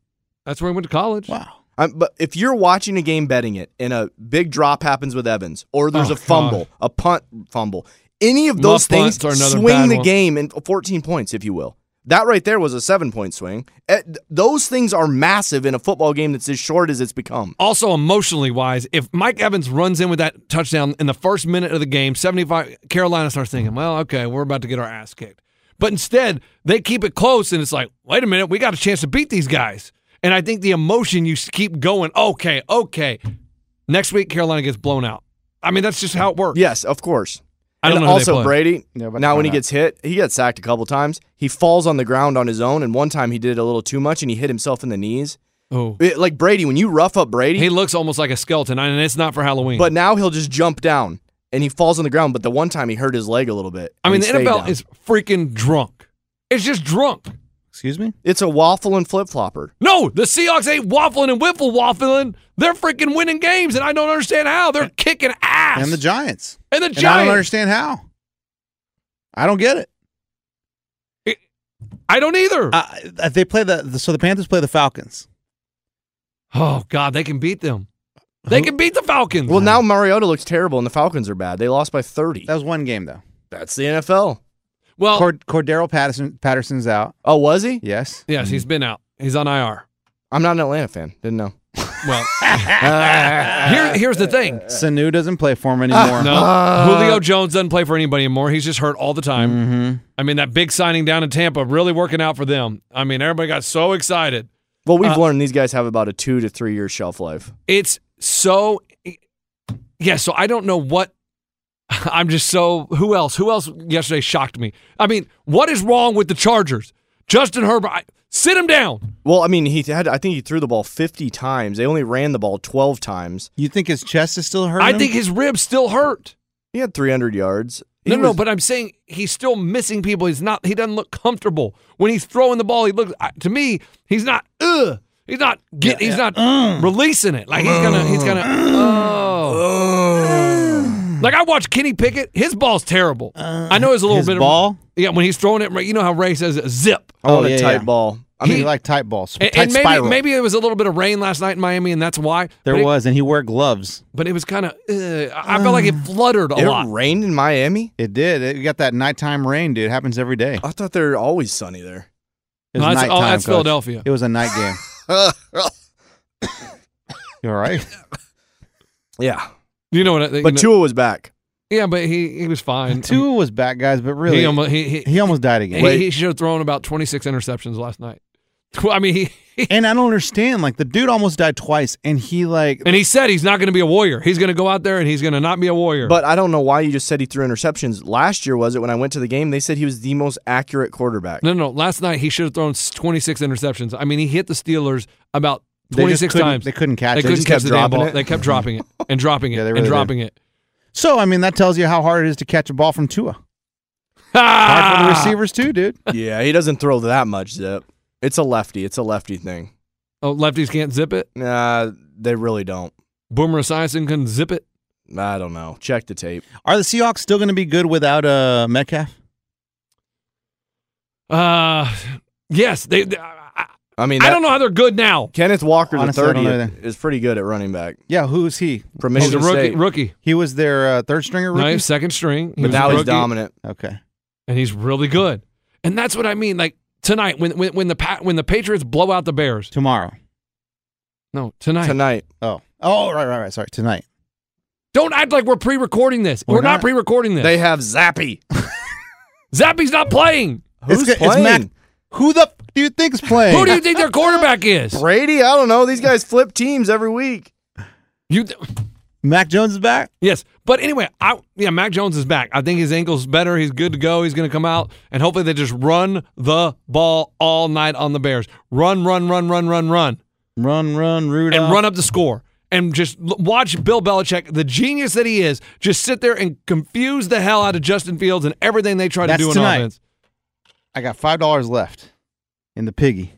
C: That's where he went to college.
D: Wow.
B: Um, but if you're watching a game betting it and a big drop happens with Evans or there's
C: Oh,
B: a fumble,
C: God.
B: a punt fumble, any of those
C: Muff punts
B: things
C: are another
B: swing
C: bad
B: the
C: one.
B: game in 14 points, if you will. That right there was a seven point swing. Eh, th- Those things are massive in a football game that's as short as it's become.
C: Also, emotionally wise, if Mike Evans runs in with that touchdown in the first minute of the game, 75, Carolina starts thinking, well, okay, we're about to get our ass kicked. But instead, they keep it close and it's like, wait a minute, we got a chance to beat these guys. And I think the emotion you s- keep going, okay, okay. Next week, Carolina gets blown out. I mean, that's just how it works.
B: Yes, of course.
C: I don't
B: and
C: know who they
B: also
C: play.
B: Brady.
D: Yeah, but
B: now
D: why
B: when he
D: not?
B: gets hit, he got sacked a couple times. He falls on the ground on his own, and one time he did a little too much and he hit himself in the knees.
C: Oh.
B: It- like Brady, when you rough up Brady,
C: He looks almost like a skeleton, and it's not for Halloween.
B: but now he'll just jump down and he falls on the ground. But the one time he hurt his leg a little bit.
C: I mean,
B: and
C: the
B: he stayed
C: NFL
B: down.
C: is freaking drunk. It's just drunk.
D: Excuse me.
B: it's a waffle and flip flopper.
C: No, the Seahawks ain't waffling and wiffle waffling. They're freaking winning games, and I don't understand how. They're kicking ass.
D: And the Giants.
C: And the
D: And I don't
C: Giants.
D: understand how. I don't get it.
C: It- I don't either.
D: Uh, they play the, the so the Panthers play the Falcons.
C: Oh God, they can beat them. They can beat the Falcons.
B: Well, now Mariota looks terrible and the Falcons are bad. They lost by 30. That
D: was one game though.
B: That's the NFL.
C: Well,
D: Cord- Cordero Patterson Patterson's out.
B: Oh, was he?
D: Yes.
C: Yes, he's been out. He's on IR.
B: I'm not an Atlanta fan. Didn't know.
C: Well, here, here's the thing.
D: Sanu doesn't play for him anymore.
C: No,
D: Uh,
C: Julio Jones doesn't play for anybody anymore. He's just hurt all the time.
D: Mm-hmm.
C: I mean, that big signing down in Tampa really working out for them. I mean, everybody got so excited.
B: Well, we've
C: Uh,
B: learned these guys have about a two to three year shelf life.
C: It's so, yeah. So I don't know what. I'm just so. Who else? Who else yesterday shocked me? I mean, what is wrong with the Chargers? Justin Herbert, I, sit him down.
B: Well, I mean, he had. I think he threw the ball 50 times. They only ran the ball 12 times.
D: You think his chest is still hurting?
C: I think his ribs still hurt.
B: He had 300 yards.
C: No,
B: He
C: no, no,
B: was-
C: but I'm saying he's still missing people. He's not. He doesn't look comfortable when he's throwing the ball. He looks I- to me. He's not. Ugh. He's not. Get. He's not
D: Uh.
C: releasing it. Like he's gonna. He's gonna. oh. Like I watched Kenny Pickett. His ball's terrible. I know it's a little
D: Uh. his
C: bit
D: ball?
C: Of, yeah, when he's throwing it, right- you know how Ray says zip.
B: I want
D: Oh, yeah,
B: a tight
D: yeah.
B: ball.
D: I mean,
C: He-
D: like tight balls,
C: And,
D: tight
C: and maybe
D: spiral.
C: maybe it was a little bit of rain last night in Miami, and that's why
D: there
C: but it-
D: was, and he wore gloves.
C: but it was kind of. I I felt like it
D: Uh.
C: fluttered a
B: It
C: lot.
B: rained in Miami.
D: It did. It, you got that nighttime rain, dude. It happens every day.
B: I thought they were always sunny there.
D: It was
C: No, that's- oh,
D: nighttime,
C: that's
D: coach.
C: Philadelphia.
D: It was a night game. you all right?
B: Yeah,
C: You know what? I, you
B: but
C: know-
B: Tua was back.
C: yeah, but he he was fine.
D: Tua was back, guys, but really,
C: He almost- he- he-
D: almost died again.
C: He, he should have thrown about 26 interceptions last night. Tw- I mean, he,
D: and I don't understand. Like the dude almost died twice, and he like
C: and he said he's not going to be a warrior. He's going to go out there and he's going to not be a warrior.
B: But I don't know why you just said he threw interceptions. Last year was it when I went to the game? They said he was the most accurate quarterback.
C: no, no, no. Last night he should have thrown s- 26 interceptions. I mean, he hit the Steelers about
D: They just
C: 26
D: couldn't-
C: times.
D: They couldn't catch
C: They
D: it.
C: couldn't
B: just
C: catch
B: kept
C: the damn
B: dropping
C: ball.
B: it.
C: They kept dropping it and dropping it
D: Yeah, they
C: and
D: really
C: dropping it.
D: So I mean, that tells you how hard it is to catch a ball from Tua. Hard for the
C: Ah!
D: receivers too, dude.
B: yeah, he doesn't throw that much zip. It's a lefty. It's a lefty thing.
C: Oh, lefties can't zip it.
B: Nah, they really don't.
C: Boomer Esiason couldn't zip it.
B: I don't know. Check the tape.
D: Are the Seahawks still going to be good without uh, Metcalf?
C: Uh, yes, they. they- I, I-
B: I mean,
C: I
B: that-
C: don't know how they're good now.
B: Kenneth Walker,
D: Honestly, I
B: the
D: don't know
B: 30th, is pretty good at running back
D: Yeah, who's he?
B: from
C: He's a
B: Michigan
C: rookie.
B: State.
C: Rookie.
D: He was their uh, third stringer rookie.
C: No, he's second string. He
B: But
C: was a
B: now he's
C: rookie.
B: dominant.
D: Okay.
C: and he's really good. And that's what I mean. Like tonight, when when, when the Pa- when the Patriots blow out the Bears,
D: Tomorrow.
C: no, tonight.
B: Tonight,
D: Oh. Oh, right, right, right. Sorry. Tonight.
C: Don't act like we're pre-recording this. We're,
D: We're
C: not,
D: not.
C: pre-recording this.
B: they have Zappy.
C: Zappy's not playing.
B: Who's
D: it's,
B: playing?
D: It's Mac. Who the f- do you think's playing?
C: Who do you think their quarterback is?
B: Brady? I don't know. These guys flip teams every week.
C: You, th-
D: Mac Jones is back.
C: yes. But anyway, I yeah, Mac Jones is back. I think his ankle's better. He's good to go. He's going to come out, and hopefully they just run the ball all night on the Bears. Run, run, run, run, run, run.
D: Run, run, Rudolph.
C: and run up the score and just l- watch Bill Belichick, the genius that he is, just sit there and confuse the hell out of Justin Fields and everything they try to
D: That's
C: do in
D: tonight.
C: offense.
D: I got five dollars left in the piggy.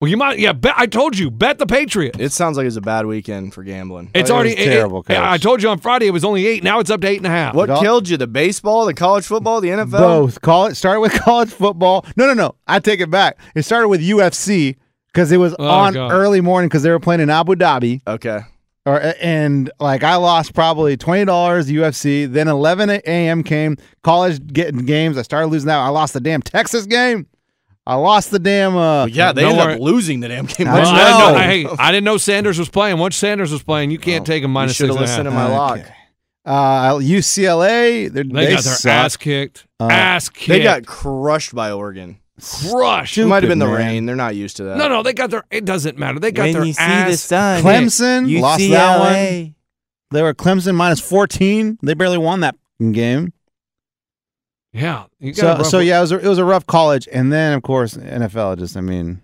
C: Well, you might, yeah. Bet, I told you, bet the Patriots.
B: It sounds like it's a bad weekend for gambling.
C: It's
D: Oh, it
C: already
D: was terrible, Coach.
C: I told you on Friday it was only eight. Now it's up to eight and a half.
B: What
D: Dol-
B: killed you? The baseball, the college football, the NFL?
D: Both. Call it. Start with college football. No, no, no. I take it back. It started with UFC because it was
C: Oh,
D: on
C: God.
D: early morning because they were playing in Abu Dhabi.
B: Okay.
D: Or and like I lost probably twenty dollars UFC. Then eleven a.m. came college getting games. I started losing that. I lost the damn Texas game. I lost the damn. Uh,
B: Yeah, they
C: Don't
B: ended
C: worry.
B: up losing the damn game.
D: I
C: Well,
D: Let's
C: I, didn't know,
D: go.
C: I, hey, I didn't know Sanders was playing. Once Sanders was playing, you
D: Oh,
C: can't take him
B: You
C: minus
B: should
C: six.
B: have
C: and
B: listened to
C: a half.
B: my
D: Okay.
B: lock.
D: Uh, UCLA. They,
C: They, got their
D: suck. Uh,
C: ass kicked. ass kicked.
B: They got crushed by Oregon.
C: crushed.
B: It might have been the
D: man.
B: rain. They're not used to that.
C: No, no, they got their. It doesn't matter. They got their ass.
B: sun,
D: Clemson lost that one. They were Clemson minus fourteen. They barely won that fucking game.
C: Yeah. You got a
D: So,
C: rough-
D: so yeah, it was, a, it was a rough college, and then of course NFL. Just I mean,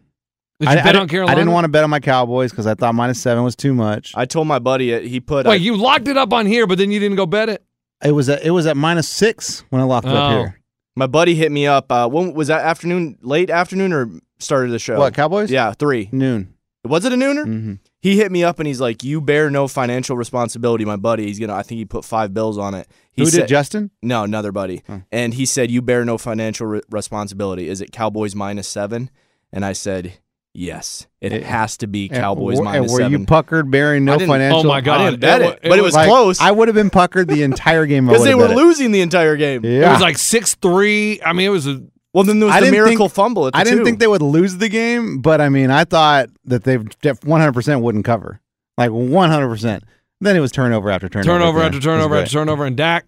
C: Did you
D: I,
C: bet
D: I
C: on
D: didn't-
C: Carolina?
D: I didn't want to bet on my Cowboys because I thought minus seven was too much.
B: I told my buddy it. He put. uh,
C: Wait,
B: I-
C: you locked it up on here, but then you didn't go bet it.
D: it was at, it was at minus six when I locked it up
C: Oh.
D: here.
B: my buddy hit me up. Uh, when was that afternoon? Late afternoon or started the show?
D: What Cowboys?
B: Yeah, three.
D: noon.
B: Was it a nooner?
C: Mm.
B: Mm-hmm. He hit me up and he's like, "You bear no financial responsibility, my buddy." He's gonna. I think he put five bills on it. He
D: Who did, Justin?
B: No, another buddy.
D: Hmm.
B: And he said, "You bear no financial re- responsibility." Is it Cowboys minus seven? And I said, "Yes, it, has to be
D: And
B: Cowboys
D: were- Eh, and
B: minus
D: were
B: seven."
D: you puckered bearing no
B: I didn't- oh
D: financial?
B: my God, I didn't it bet wa- it, it but it was
D: Like,
B: close.
D: I would have been puckered the entire game
B: because they were losing the entire game.
D: Yeah.
C: It was like six three. I mean, it was a
B: well. Then there was
D: Eh, I
B: the
D: didn't
B: miracle
D: think,
B: fumble. At the
D: I didn't
B: two.
D: think they would lose the game, but I mean, I thought that they 100% wouldn't cover, like 100%. Then it was turnover after turnover,
C: turnover
D: at
C: after
D: the end. It was
C: turnover
D: great.
C: after turnover, and Dak,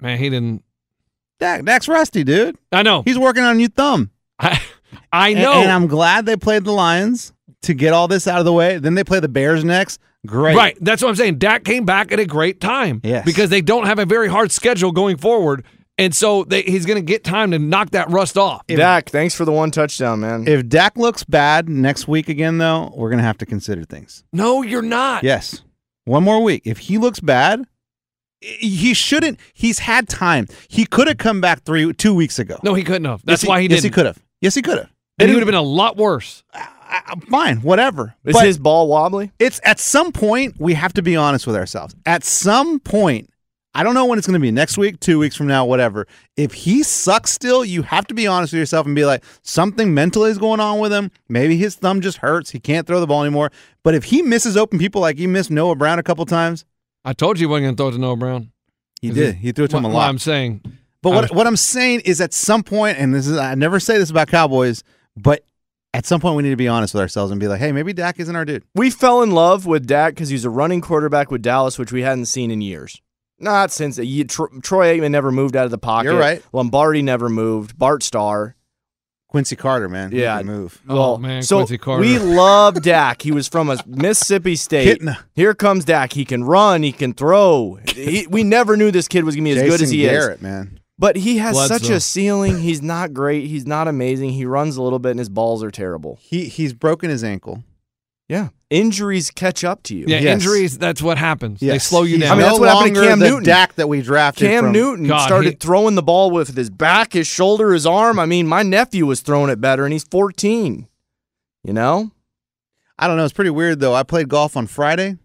C: man, he didn't.
D: Dak, Dak's rusty, dude.
C: I know.
D: He's working on a new thumb.
C: I, I
D: And-
C: know.
D: And, I'm glad they played the Lions to get all this out of the way. Then they play the Bears next. Great.
C: Right. That's what I'm saying. Dak came back at a great time.
D: Yes.
C: Because they don't have a very hard schedule going forward. And so they, he's going to get time to knock that rust off.
B: Dak, thanks for the one touchdown, man.
D: If Dak looks bad next week again, though, we're going to have to consider things.
C: No, you're not.
D: Yes. One more week. If he looks bad, i- he shouldn't. He's had time. He could have come back three, two weeks ago.
C: No, he couldn't have. That's
D: yes,
C: why he
D: Yes,
C: didn't.
D: he could have. Yes, he could have.
C: And he would have been a lot worse.
D: Fine, whatever.
B: Is
D: But
B: his ball wobbly?
D: it's at some point we have to be honest with ourselves. At some point, I don't know when it's going to be next week, two weeks from now, whatever. If he sucks still, you have to be honest with yourself and be like, something mentally is going on with him. Maybe his thumb just hurts. He can't throw the ball anymore. But if he misses open people like he missed Noah Brown a couple times,
C: I told you he wasn't going to throw it to Noah Brown.
D: he did. He threw it to him a
C: What- what
D: lot.
C: I'm saying.
D: But
C: I
D: what
C: was-
D: what I'm saying is at some point, and this is I never say this about Cowboys, but at some point we need to be honest with ourselves and be like, hey, maybe Dak isn't our dude.
B: We fell in love with Dak because he's a running quarterback with Dallas, which we hadn't seen in years. Not since you, Tro- Troy Aikman never moved out of the pocket.
D: You're right.
B: Lombardi never moved. Bart Starr.
D: Quincy Carter, man. he
B: Yeah.
D: can move.
C: Oh,
B: Well,
C: man,
B: so
C: Quincy Carter.
B: we love Dak. He was from a Mississippi State.
D: Kitten.
B: Here comes Dak. He can run. He can throw. He, we never knew this kid was gonna be as
D: Jason
B: good as he is.
D: Garrett, man.
B: But he has such
C: Bledsoe.
B: a ceiling. He's not great. He's not amazing. He runs a little bit, and his balls are terrible.
D: He he's broken his ankle.
B: Yeah, injuries catch up to you.
C: Yeah,
D: Yes.
C: injuries, that's what happens. They
D: Yes.
C: slow you
D: He's
C: down.
B: I mean,
D: no
B: that's what happened to
D: longer
B: Cam
D: the
B: Newton.
D: Dak that we drafted.
B: Cam
D: from-
B: Newton
C: God,
B: started
C: he-
B: throwing the ball with his back, his shoulder, his arm. I mean, my nephew was throwing it better, and he's 14. You know?
D: I don't know. It's pretty weird though. I played golf on Friday,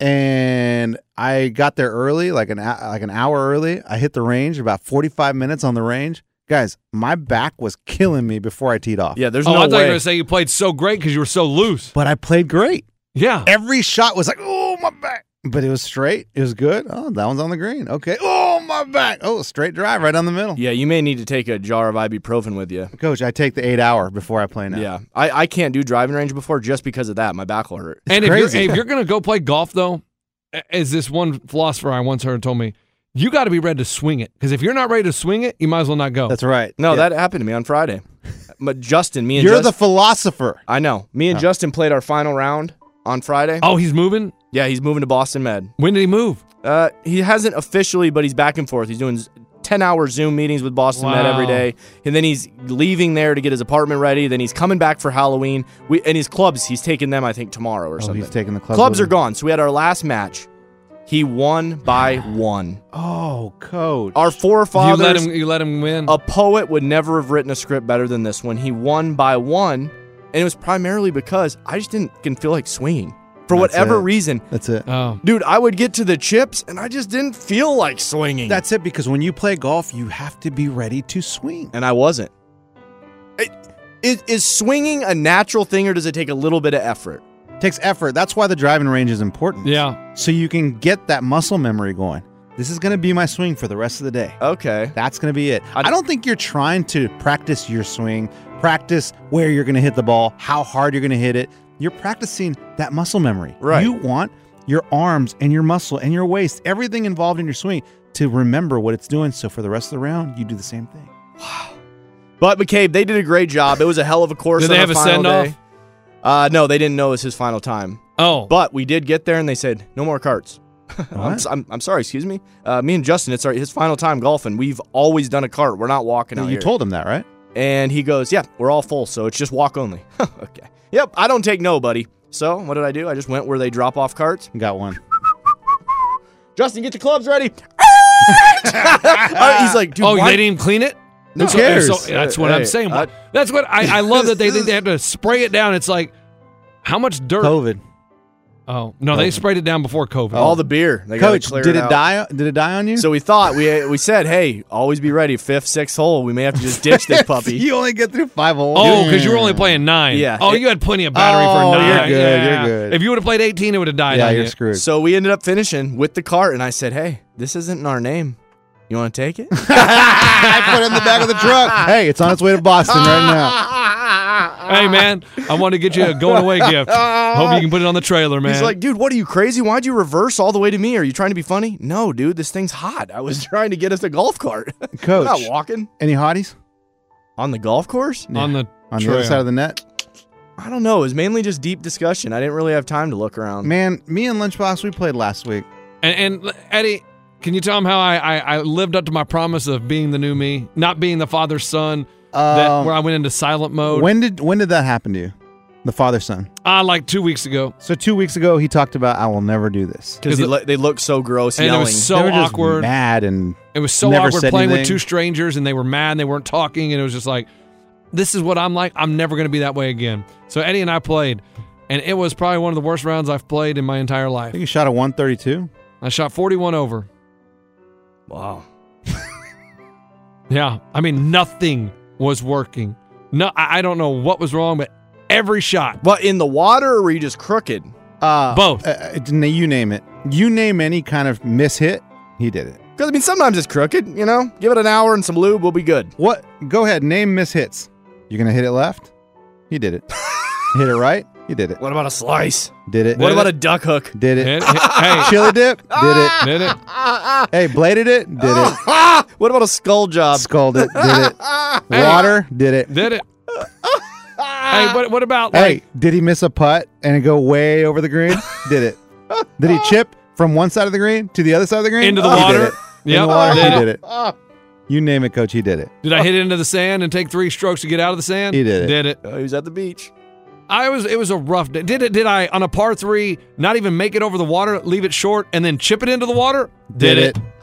D: and I got there early, like an hou- like an hour early. I hit the range about forty five minutes on the range. Guys, my back was killing me before I teed off.
B: Yeah, there's
C: oh, I
B: no
C: thought you were
B: way.
C: going to say you played so great because you were so loose.
D: but I played great.
C: Yeah.
D: Every shot was like, oh my back, but it was straight. It was good. Oh, that one's on the green. Okay. Oh my back. Oh, straight drive right down the middle.
B: yeah, you may need to take a jar of ibuprofen with you.
D: Coach, I take the eight hour before I play now.
B: Yeah, I, I can't do driving range before just because of that. My back will hurt.
C: and if
D: crazy.
C: you're, if you're going to go play golf, though, a- as this one philosopher I once heard told me, you got to be ready to swing it. Because if you're not ready to swing it, you might as well not go.
D: That's right.
B: No,
D: Yeah.
B: that happened to me on Friday. But Justin, me and
D: you're the Oh.
B: Justin,
D: philosopher.
B: I know. Me and Justin played our final round on Friday.
C: oh, he's moving?
B: Yeah, he's moving to Boston Med.
C: When did he move?
B: Uh, he hasn't officially, but he's back and forth. He's doing 10 hour Zoom meetings with Boston Med
C: Wow.
B: every day. And then he's leaving there to get his apartment ready. Then he's coming back for Halloween. We, and his clubs, he's taking them, I think, tomorrow or
D: Oh,
B: something.
D: he's taking the clubs.
B: clubs
D: with
B: are
D: him.
B: gone. So we had our last match. He won by one.
D: Oh, coach.
B: Our
C: You
B: forefathers.
C: let him. You let him win.
B: A poet would never have written a script better than this one. He won by one, and it was primarily because I just didn't can feel like swinging for
D: That's
B: whatever
D: it.
B: reason.
D: That's it.
C: Oh,
B: Dude, I would get to the chips, and I just didn't feel like swinging.
D: That's it because when you play golf, you have to be ready to swing.
B: and I wasn't. It, is, is swinging a natural thing, or does it take a little bit of effort?
D: takes effort. That's why the driving range is important.
C: yeah.
D: So you can get that muscle memory going. This is going to be my swing for the rest of the day.
B: Okay.
D: That's going to be it.
B: I-
D: I, don't think you're trying to practice your swing, practice where you're going to hit the ball, how hard you're going to hit it. You're practicing that muscle memory.
B: Right.
D: You want your arms and your muscle and your waist, everything involved in your swing to remember what it's doing. So for the rest of the round, you do the same thing.
B: But McCabe, they did a great job. It was a hell of a course.
C: Did they
B: on
C: have
B: the
C: a
B: final
C: send-off?
B: day. Uh, no, they didn't know it was his final time.
C: Oh,
B: But we did get there, and they said no more carts. I'm,
D: What?
B: s- I'm, I'm sorry, excuse me. Uh, me and Justin, it's our, his final time golfing. We've always done a cart. We're not walking out
D: you
B: here.
D: told him that, right?
B: and he goes, yeah, we're all full, so it's just walk only. okay. Yep, I don't take no, buddy. So what did I do? I just went where they drop off carts.
D: Got one.
B: Justin, get your clubs ready. Uh, He's like, dude,
C: oh,
B: why-
C: they didn't clean it.
B: Who
C: So-
B: cares?
C: so- that's what
B: Hey,
C: I'm saying.
B: I-
C: that's what I, I love that they think they have to spray it down. It's like How much dirt?
D: COVID.
C: Oh no, they sprayed it down before COVID.
B: All the beer. They gotta
D: Oh. Coach,
B: clear
D: did it
B: out.
D: die? Did it die on you?
B: So we thought we we said, hey, always be ready. Fifth, sixth hole, we may have to just ditch this puppy.
D: you only get through five holes.
C: Oh, because you were only playing nine.
B: Yeah.
C: Oh, you had plenty of battery
D: Oh,
C: for
D: you're
C: nine.
D: good, you're
C: Yeah.
D: good.
C: If you would have played eighteen, it would have died.
D: Yeah,
C: on
D: you're
C: you.
D: screwed.
B: So we ended up finishing with the cart, and I said, hey, this isn't in our name. You want to take it?
D: I put it in the back of the truck. Hey, it's on its way to Boston right now.
C: Hey man, I want to get you a going away gift. Hope you can put it on the trailer, man.
B: He's like, dude, what are you crazy? Why'd you reverse all the way to me? Are you trying to be funny? No, dude, this thing's hot. I was trying to get us a golf cart. I'm not
D: Coach,
B: walking
D: any hotties
B: on the golf course.
C: on the
D: on the
C: trail.
D: other side of the net?
B: I don't know. It was mainly just deep discussion. I didn't really have time to look around.
D: Man, me and Lunchbox we played last week.
C: And, and Eddie, can you tell him how I, I, I lived up to my promise of being the new me, not being the father's son, that,
D: Um,
C: where I went into silent mode?
D: When did when did that happen to you? The father son.
C: ah, like two weeks ago,
D: So two weeks ago, he talked about I will never do this.
B: because
C: is
B: they,
C: it-
B: lo- they look so gross
C: and it
B: yelling.
C: was
D: They
C: so
D: were just
C: awkward.
D: mad, and
C: It was so
D: Never
C: awkward
D: said
C: playing with
D: anything.
C: two strangers, and they were mad, and they weren't talking, and it was just like, this is what I'm like. I'm never going to be that way again. So Eddie and I played, and it was probably one of the worst rounds I've played in my entire
D: I
C: life.
D: think he shot a 132.
C: I shot 41 over.
B: wow.
C: Yeah, I mean nothing was working. No, I, I don't know what was wrong, but every shot.
B: But in the water, or were you just crooked?
D: Uh,
C: Both.
D: uh, uh, you name it. You name any kind of mishit, he did it.
B: Because I mean, sometimes it's crooked. You know, give it an hour and some lube, we'll be good.
D: What? Go ahead, name mishits. You're gonna hit it left. He did it. hit it right. He did it.
B: What about a slice?
D: Did it.
B: What
C: Did
B: about
C: it?
B: a duck hook?
D: Did it.
C: Hit- hit- hey,
D: Chili dip. Did it.
C: did it?
D: Hey, bladed it. Did
C: Oh.
D: it.
B: what about a skull job? Ah!
D: Sculled it. Did it. Water. Did it.
C: Did it? hey, what, what about
D: Hey,
C: like?
D: did he miss a putt and it go way over the green? did it? Did he chip from one side of the green to the other side of the green?
C: Into the
D: He did
C: water?
D: it. In
C: Yep,
D: the water,
C: did it.
D: he did it. You name it, coach. He did it.
C: Did I hit it into the sand and take three strokes to get out of the sand?
D: He did it.
C: Did it?
B: Oh, he was at the beach.
C: I was. It was a rough day. Did it? Did I on a par three not even make it over the water, leave it short, and then chip it into the water? Did, it?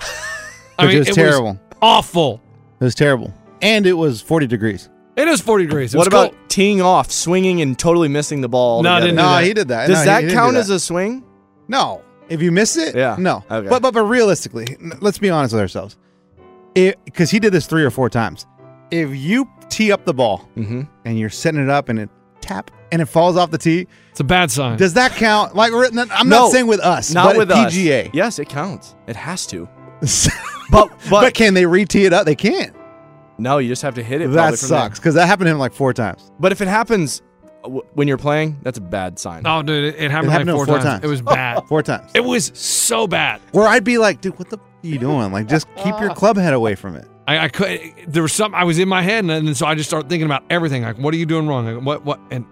C: I
D: Which
C: mean,
D: was
C: it
D: terrible.
C: awful.
D: It was terrible. And it was 40 degrees.
C: It is 40 degrees. It
B: What
C: was
B: about
C: cold.
B: teeing off, swinging, and totally missing the ball?
C: No, I
B: altogether?
C: didn't do
D: No,
C: that.
D: he did that.
B: Does
D: No, he-
B: that
D: he didn't
B: count
D: do
B: as a swing?
D: No. If you miss it,
B: Yeah.
D: no.
B: Okay.
D: But, but but realistically, n- let's be honest with ourselves. Because he did this three or four times. If you tee up the ball
B: Mm-hmm.
D: and you're setting it up and it tap and it falls off the tee,
C: It's a bad sign.
D: Does that count? Like we're, I'm
B: No,
D: not saying with us,
B: Not
D: but
B: with
D: at
B: us.
D: PGA.
B: Yes, it counts. It has to.
D: but, but can they re-tee it up? They can't.
B: No, you just have to hit it. probably
D: That
B: from
D: sucks
B: there.
D: because that happened to him like four times.
B: But if it happens w- when you're playing, that's a bad sign.
C: Oh, dude, it, it happened,
D: It happened
C: like
D: to
C: four,
D: him four
C: times.
D: times.
C: It was bad.
D: Four times.
C: it was so bad.
D: Where I'd be like, dude, what the f- are you doing? Like, just keep your club head away from it.
C: I, I could. There was something I was in my head, and, then so I just started thinking about everything. Like, what are you doing wrong? Like, what? What? And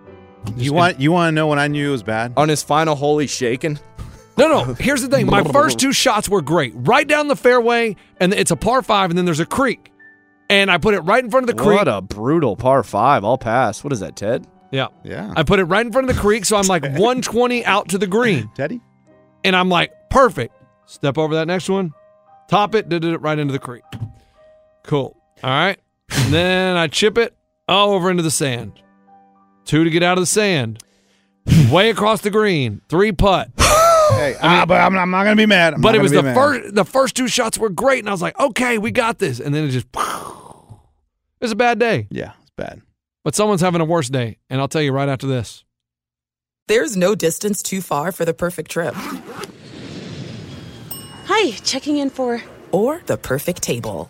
D: You want you want to know when I knew it was bad?
C: Uh,
B: On his final hole, he's shaking.
C: no, no. Here's the thing. My first two shots were great, right down the fairway, and it's a par five, and then there's a creek, and I put it right in front of the creek.
B: What a brutal par five. I'll pass. What is that, Ted?
C: yeah,
D: Yeah,
C: I put it right in front of the creek, so I'm like 120 out to the green,
D: Teddy.
C: and I'm like, perfect. Step over that next one, top it, did it right into the creek. Cool. All right. And then I chip it all over into the sand. Two to get out of the sand. Way across the green. Three putt.
D: Hey, ah, but I'm, I'm not gonna be mad. I'm
C: But
D: not
C: it was the
D: gonna be mad.
C: first the first two shots were great and I was like, "Okay, we got this." And then it just It was a bad day.
D: Yeah, it's bad.
C: But someone's having a worse day, and I'll tell you right after this.
G: There's no distance too far for the perfect trip
H: Hi, checking in for.
G: or the perfect table.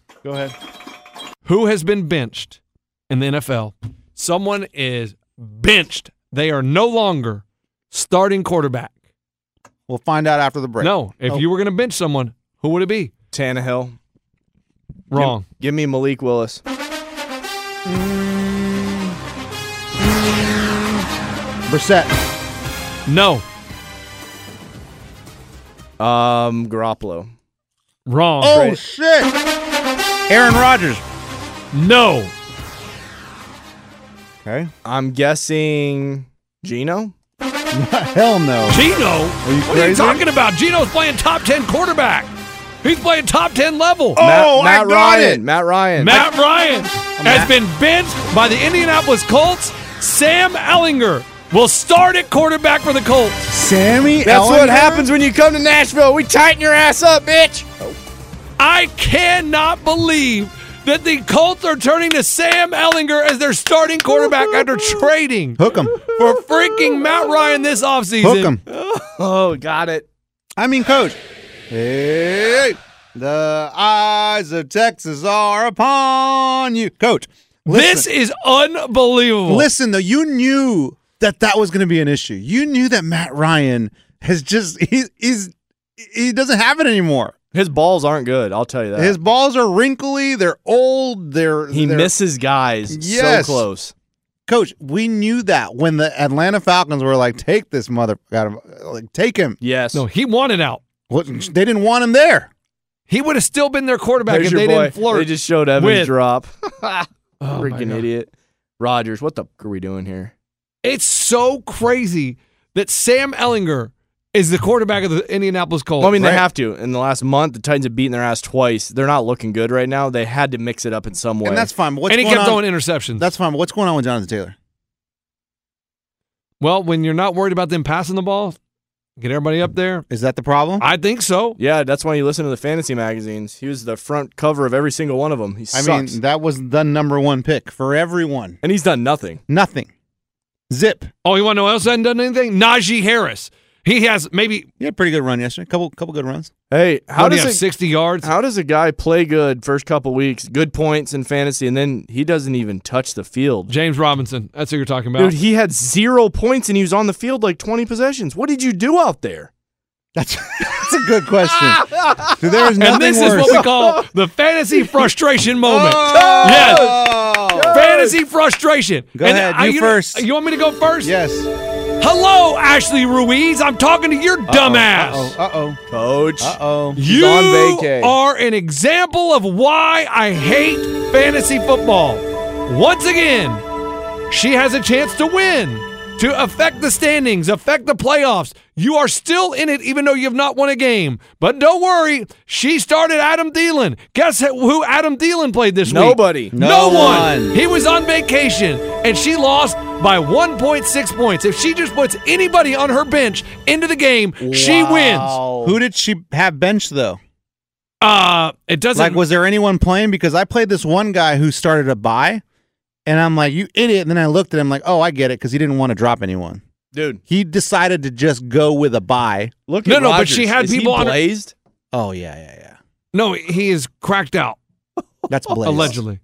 B: go ahead.
C: Who has been benched in the NFL? Someone is benched. They are no longer starting quarterback.
D: We'll find out after the break.
C: No, if
D: Oh.
C: you were going to bench someone, who would it be?
B: Tannehill.
C: Wrong.
B: Give, give me Malik Willis.
D: Brissett.
C: No,
B: Um, Garoppolo.
C: wrong.
D: Oh shit! Aaron Rodgers.
C: No,
D: Okay.
B: I'm guessing Gino.
D: Hell no.
C: Gino.
D: you
C: what are you
D: crazy?
C: talking about? Gino's playing top ten quarterback. He's playing top ten level.
D: Oh,
B: Matt
D: I got
B: Ryan.
D: it.
B: Matt Ryan.
C: Matt Ryan has
D: Matt.
C: been benched by the Indianapolis Colts. Sam Ellinger will start at quarterback for the Colts.
D: Sammy.
B: That's
D: Ellinger?
B: what happens when you come to Nashville. We tighten your ass up, bitch.
C: I cannot believe that the Colts are turning to Sam Ellinger as their starting quarterback after trading
D: Hook him.
C: for freaking Matt Ryan this offseason.
D: Hook him.
B: Oh, got it.
D: I mean, coach. Hey, the eyes of Texas are upon you, coach.
C: This is unbelievable.
D: Listen, though, you knew that that was going to be an issue. You knew that Matt Ryan has just he is he doesn't have it anymore.
B: His balls aren't good. I'll tell you that.
D: His balls are wrinkly. They're old. They're
B: he
D: they're-
B: misses guys
D: Yes.
B: so close.
D: Coach, we knew that when the Atlanta Falcons were like, "Take this motherfucker, like take him."
B: Yes.
C: no, he wanted out.
D: What, they didn't want him there.
C: He would have still been their quarterback
B: There's
C: if
B: your
C: they
B: boy.
C: didn't flirt.
B: They just showed Evans
C: with-
B: drop.
C: Oh, my
B: Freaking
C: God.
B: idiot. Rogers, what the f- are we doing here?
C: It's so crazy that Sam Ellinger is the quarterback of the Indianapolis Colts.
B: Well, I mean, they
D: right.
B: have to. In the last month, the Titans have beaten their ass twice. They're not looking good right now. They had to mix it up in some way.
D: And that's fine. but What's
C: and he
D: going
C: kept
D: on?
C: throwing interceptions.
D: That's fine. but What's going on with Jonathan Taylor?
C: well, when you're not worried about them passing the ball, get everybody up there.
D: Is that the problem?
C: I think so.
B: yeah, that's why you listen to the fantasy magazines. He was the front cover of every single one of them. He
D: I
B: sucks.
D: mean, that was the number one pick for everyone.
B: and he's done nothing.
D: Nothing. Zip.
C: Oh, you want to know who else hasn't done anything? Najee Harris. He has maybe
D: He had a pretty good run yesterday. Couple, couple good runs.
B: Hey, how
C: how does
B: does
C: have
B: a,
C: 60 yards.
B: how does a guy play good first couple weeks, good points in fantasy, and then he doesn't even touch the field?
C: James Robinson. That's who you're talking about.
B: Dude, he had zero points and he was on the field like 20 possessions. What did you do out there?
D: That's that's a good question. Dude, there is nothing
C: and this
D: worse.
C: is what we call the fantasy frustration moment. Yes.
D: Oh!
C: Fantasy frustration.
D: Go
C: And
D: ahead,
C: I-
D: you first.
C: You want me to go first?
D: Yes.
C: Hello, Ashley Ruiz. I'm talking to your dumbass.
D: Uh oh.
B: Coach.
D: Uh oh.
C: You
B: on vacay.
C: are an example of why I hate fantasy football. Once again, she has a chance to win, to affect the standings, affect the playoffs. You are still in it, even though you have not won a game. But don't worry, she started Adam Thielen. Guess who Adam Thielen played this
B: Nobody.
C: week? No,
D: No
C: one.
D: one.
C: He was on vacation, and she lost by 1.6 points. If she just puts anybody on her bench into the game, she wins.
D: Who did she have bench though?
C: Uh, it doesn't
D: Like, was there anyone playing? Because I played this one guy who started a buy, and I'm like, you idiot. And then I looked at him like, oh, I get it, because he didn't want to drop anyone.
B: Dude,
D: He decided to just go with a buy.
B: look
C: No,
B: at
C: no, but
B: Rodgers.
C: she had
B: Is
C: people
B: he
C: on her-
B: blazed.
D: Oh yeah, yeah, yeah.
C: No, he is cracked out
D: That's Blaze.
C: allegedly.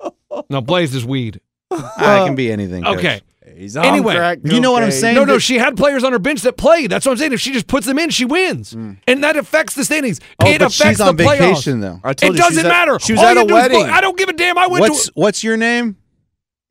C: No, Blaze is weed.
D: I can be anything. Coach.
C: Okay.
B: He's
C: Anyway,
D: you know what I'm
B: cocaine.
D: saying?
C: No, no,
D: that-
C: she had players on her bench that played. That's what I'm saying. If she just puts them in, she wins,
B: Mm.
C: and that affects the standings.
D: Oh,
C: it
D: but
C: affects
D: she's on
C: the playoffs.
D: vacation though.
B: I
C: It
B: told you she's
C: doesn't
B: at-
C: matter.
B: She was
C: All
B: at
C: you
B: a
C: do is
B: wedding.
C: book- I don't give a damn. I went
D: What's
C: to.
D: what's your name?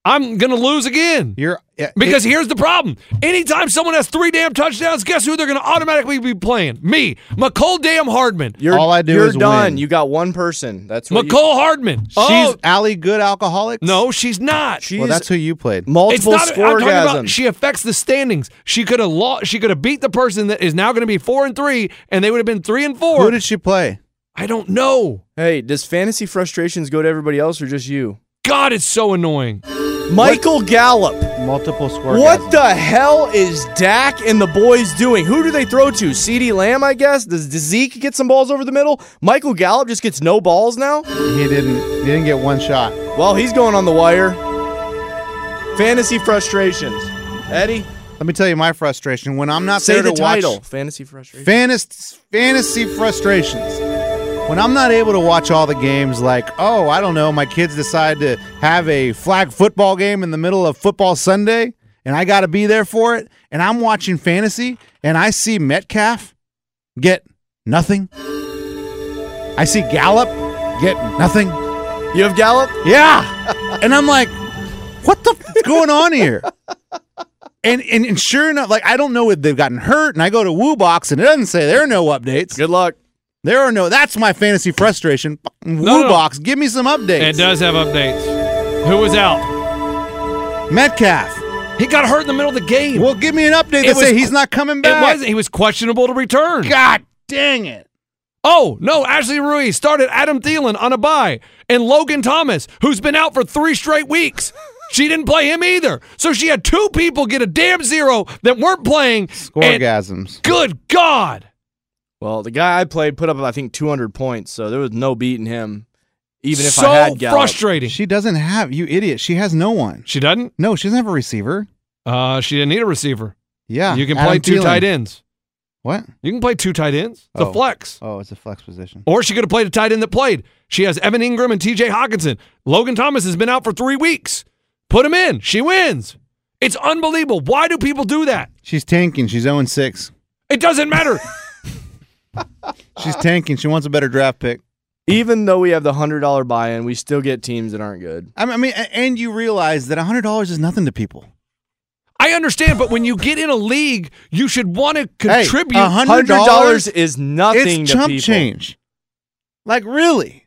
C: I'm going to lose again.
D: You're uh,
C: Because here's the problem. Anytime someone has three damn touchdowns, guess who they're going to automatically be playing? Me, McCole damn Hardman.
B: You're, you're done. You got one person. That's what
C: McCole Hardman.
B: She's
C: Oh.
D: Allie Good alcoholic.
C: No, she's not. She's
D: well, that's who you played.
B: Multiple
C: it's not, I'm talking about
B: scoregasms.
C: she affects the standings. She could have lost. She could have beat the person that is now going to be four and three, and they would have been three and four.
D: Who did she play?
C: I don't know.
B: Hey, does fantasy frustrations go to everybody else or just you?
C: God, it's so annoying.
B: Michael Gallup.
D: Multiple score.
B: What the hell is Dak and the boys doing? Who do they throw to? CeeDee Lamb, I guess? Does Zeke get some balls over the middle? Michael Gallup just gets no balls now?
D: He didn't. He didn't get one shot.
B: Well, he's going on the wire. Fantasy frustrations. Eddie,
D: Let me tell you my frustration when I'm not
B: say
D: there
B: the
D: to
B: title.
D: watch
B: Fantasy frustrations.
D: fantasy, fantasy frustrations. When I'm not able to watch all the games, like, oh, I don't know, my kids decide to have a flag football game in the middle of football Sunday, and I got to be there for it, and I'm watching fantasy, and I see Metcalf get nothing. I see Gallup get nothing.
B: you have Gallup?
D: Yeah. And I'm like, what the f- is going on here? And, and and sure enough, like I don't know if they've gotten hurt, and I go to Woo Box and it doesn't say there are no updates.
B: Good luck.
D: There are no. That's my fantasy frustration. Fucking
C: No,
D: Woo
C: no.
D: Box, give me some updates.
C: It does have updates. Who was out?
D: Metcalf.
C: He got hurt in the middle of the game.
D: Well, give me an update
C: It
D: that say
C: was-
D: he's not coming
C: it
D: back.
C: wasn't. He was questionable to return.
D: God dang it.
C: Oh, no, Ashley Ruiz started Adam Thielen on a bye and Logan Thomas, who's been out for three straight weeks. She didn't play him either. So she had two people get a damn zero that weren't playing. and-
D: Scoregasms.
C: Good God.
B: Well, the guy I played put up, I think, 200 points, so there was no beating him, even if
C: so
B: I had Gallup.
C: frustrating.
D: She doesn't have you, idiot. She has no one.
C: She doesn't?
D: No, she doesn't have a receiver.
C: Uh, she didn't need a receiver.
D: Yeah,
C: you can
D: Adam
C: play two
D: Thielen.
C: tight ends.
D: What?
C: You can play two tight ends. It's a
D: Oh.
C: flex.
D: Oh, it's a flex position.
C: Or she could have played a tight end that played. She has Evan Ingram and TJ Hawkinson. Logan Thomas has been out for three weeks. Put him in. She wins. It's unbelievable. Why do people do that?
D: She's tanking. She's 0 6.
C: It doesn't matter.
D: She's tanking. She wants a better draft pick.
B: Even though we have the $100 buy in, we still get teams that aren't good.
D: I mean, I mean, a- and you realize that $100 is nothing to people.
C: I understand, but when you get in a league, you should want to
D: Hey,
C: contribute.
D: a hun-
B: $100,
D: $100
B: is nothing
D: it's
B: to
D: chump
B: people.
D: change. Like, really?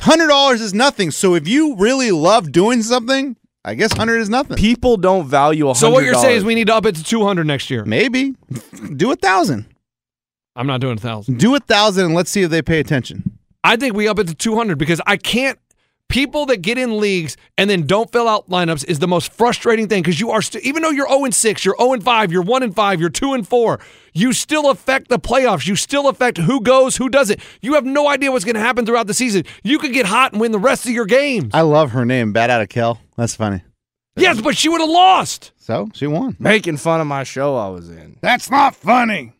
D: $100 is nothing. So if you really love doing something, I guess 100 is nothing.
B: People don't value a
C: so what you're saying is we need to up it to 200 next year.
D: Maybe. Do a 1,000.
C: I'm not doing a thousand.
D: Do a 1,000 and let's see if they pay attention.
C: I think we up it to 200 because I can't. People that get in leagues and then don't fill out lineups is the most frustrating thing because you are still, even though you're 0 and 6, you're 0 and 5, you're 1 and 5, you're 2 and 4, you still affect the playoffs. You still affect who goes, who doesn't. You have no idea what's going to happen throughout the season. You could get hot and win the rest of your games.
D: I love her name, Bad Out of Kel. That's funny.
C: yes, but she would have lost.
D: So she won.
B: making fun of my show I was in.
D: That's not funny.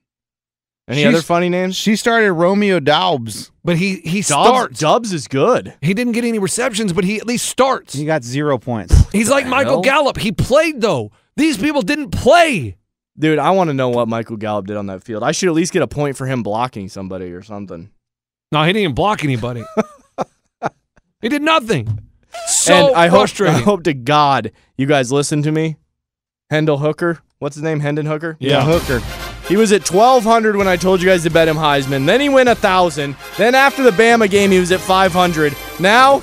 B: Any
D: She's-
B: other funny names?
D: She started Romeo Daubs.
C: But he he
B: Dubs,
C: starts.
B: Dubs is good.
C: He didn't get any receptions, but he at least starts.
D: He got zero points.
C: He's like Michael
B: hell?
C: Gallup. He played though. These people didn't play.
B: Dude, I want to know what Michael Gallup did on that field. I should at least get a point for him blocking somebody or something.
C: No, he didn't even block anybody. he did nothing. So
B: and I hope,
C: frustrating.
B: I hope to God you guys listen to me. Hendel Hooker. What's his name? Hendon Hooker?
D: Yeah, Hooker.
B: He was at 1,200 when I told you guys to bet him Heisman. Then he went 1,000. Then after the Bama game, he was at 500. Now,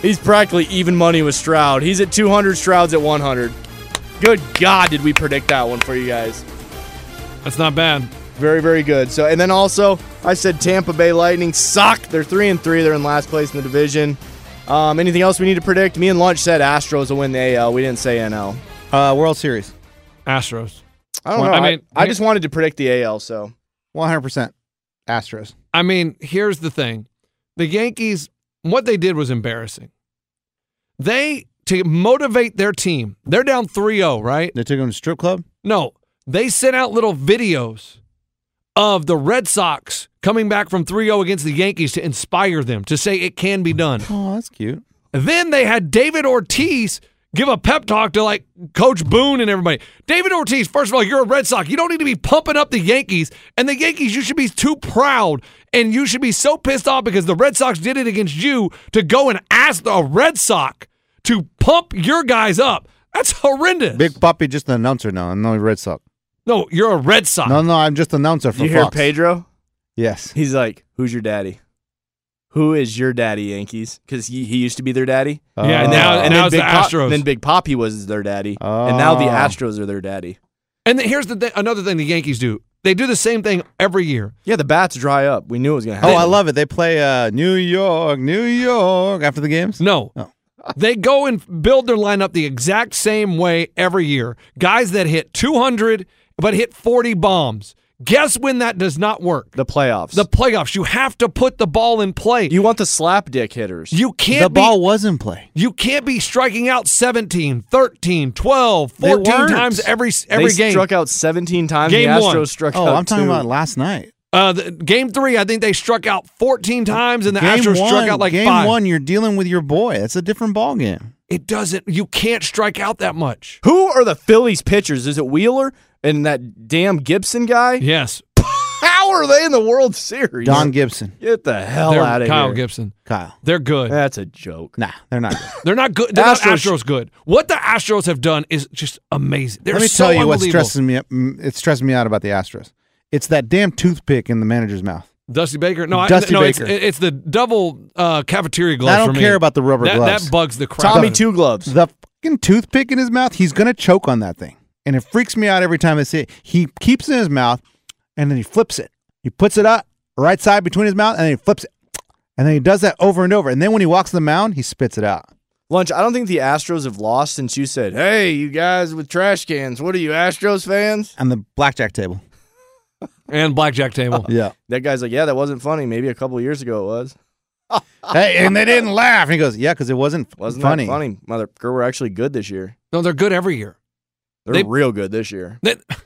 B: he's practically even money with Stroud. He's at 200, Stroud's at 100. Good God, did we predict that one for you guys?
C: That's not bad.
B: Very, very good. So, and then also, I said Tampa Bay Lightning suck. They're three and three. They're in last place in the division. Um, anything else we need to predict? Me and Lunch said Astros will win the AL. We didn't say NL.
D: Uh, World Series.
C: Astros.
B: I don't
C: Well,
B: know.
C: I
B: I,
C: mean-
B: I just wanted to predict the AL. So
D: 100%. Astros.
C: I mean, here's the thing. The Yankees, what they did was embarrassing. They to motivate their team, they're down 3-0, right?
D: They took him to strip club.
C: No, they sent out little videos of the Red Sox coming back from 3-0 against the Yankees to inspire them, to say it can be done.
D: Oh, that's cute.
C: Then they had David Ortiz give a pep talk to like Coach Boone and everybody. David Ortiz, first of all, you're a Red Sox. You don't need to be pumping up the Yankees. And the Yankees, you should be too proud and you should be so pissed off because the Red Sox did it against you to go and ask a Red Sox to pump your guys up. That's horrendous.
D: Big Papi just an announcer now. I'm not a Red Sox.
C: No, you're a Red Sox.
D: No, no, I'm just an announcer for
B: you hear
D: Fox.
B: Pedro?
D: Yes.
B: He's like, "Who's your daddy? Who is your daddy, Yankees? Because he, he used to be their daddy.
C: Yeah, and
D: Oh.
C: now- Uh, and now it's
B: Big
C: the
B: Pop-
C: Astros.
B: then Big Poppy was their daddy, and now the
C: Oh.
B: Astros are their daddy.
C: And then here's the th- another thing the Yankees do. They do the same thing every year.
B: Yeah, the bats dry up. We knew it was gonna
D: Oh,
B: happen.
D: I love it. They play uh, New York, New York after the games.
C: No. they go and build their lineup the exact same way every year. Guys that hit 200 but hit 40 bombs. Guess when that does not work?
B: the playoffs.
C: The playoffs. You have to put the ball in play.
B: you want the slap dick hitters.
C: You can't
D: the
C: be,
D: ball was in play.
C: You can't be striking out 17, 13, 12,
D: They
C: 14
D: weren't.
C: times every every
B: they
C: game.
B: struck out 17 times.
C: Game
B: the Astros
C: one.
B: struck
D: Oh,
B: out.
D: I'm talking
B: two.
D: about last night.
C: uh, the, game 3, I think they struck out 14 times and the
D: game
C: Astros
D: one,
C: struck out like
D: game
C: 5.
D: one. You're dealing with your boy. That's a different ball game.
C: It doesn't you can't strike out that much.
B: Who are the Phillies pitchers? Is it Wheeler and that damn Gibson guy?
C: Yes.
B: How are they in the World Series?
D: Don Gibson,
B: Get the hell
C: They're-
B: out of
C: Kyle
B: here.
C: Gibson.
D: Kyle.
C: They're good.
B: That's a joke.
D: Nah, they're not.
C: They're not good. They're Astros. not
B: Astros-
C: Astros good. What the Astros have done is just amazing. They're
D: Let me
C: so
D: tell you what
C: unbelievable.
D: stresses me. up- mm, It's stressing me out about the Astros. It's that damn toothpick in the manager's mouth.
C: Dusty Baker. No,
D: Dusty
C: I, no,
D: Baker.
C: It's, it's the double uh, cafeteria gloves.
D: I don't
C: for me.
D: care about the rubber
C: that,
D: gloves.
C: That bugs the crap.
B: Tommy
C: out of me.
B: Two Gloves.
D: The fucking toothpick in his mouth. He's gonna choke on that thing, and it freaks me out every time I see it. He keeps it in his mouth, and then he flips it. He puts it up right side between his mouth, and then he flips it, and then he does that over and over. And then when he walks the mound, he spits it out.
B: Lunch, I don't think the Astros have lost since you said, hey, you guys with trash cans, what are you, Astros fans?
D: On the blackjack table.
C: and blackjack table.
D: Uh, Yeah.
B: That guy's like, yeah, that wasn't funny. Maybe a couple years ago it was.
D: hey, and they didn't laugh. And he goes, yeah, because it wasn't, f-
B: Wasn't
D: funny.
B: that funny? Mother, girl, we're actually good this year.
C: No, they're good every year.
B: They're
C: They-
B: real good this year.
C: They,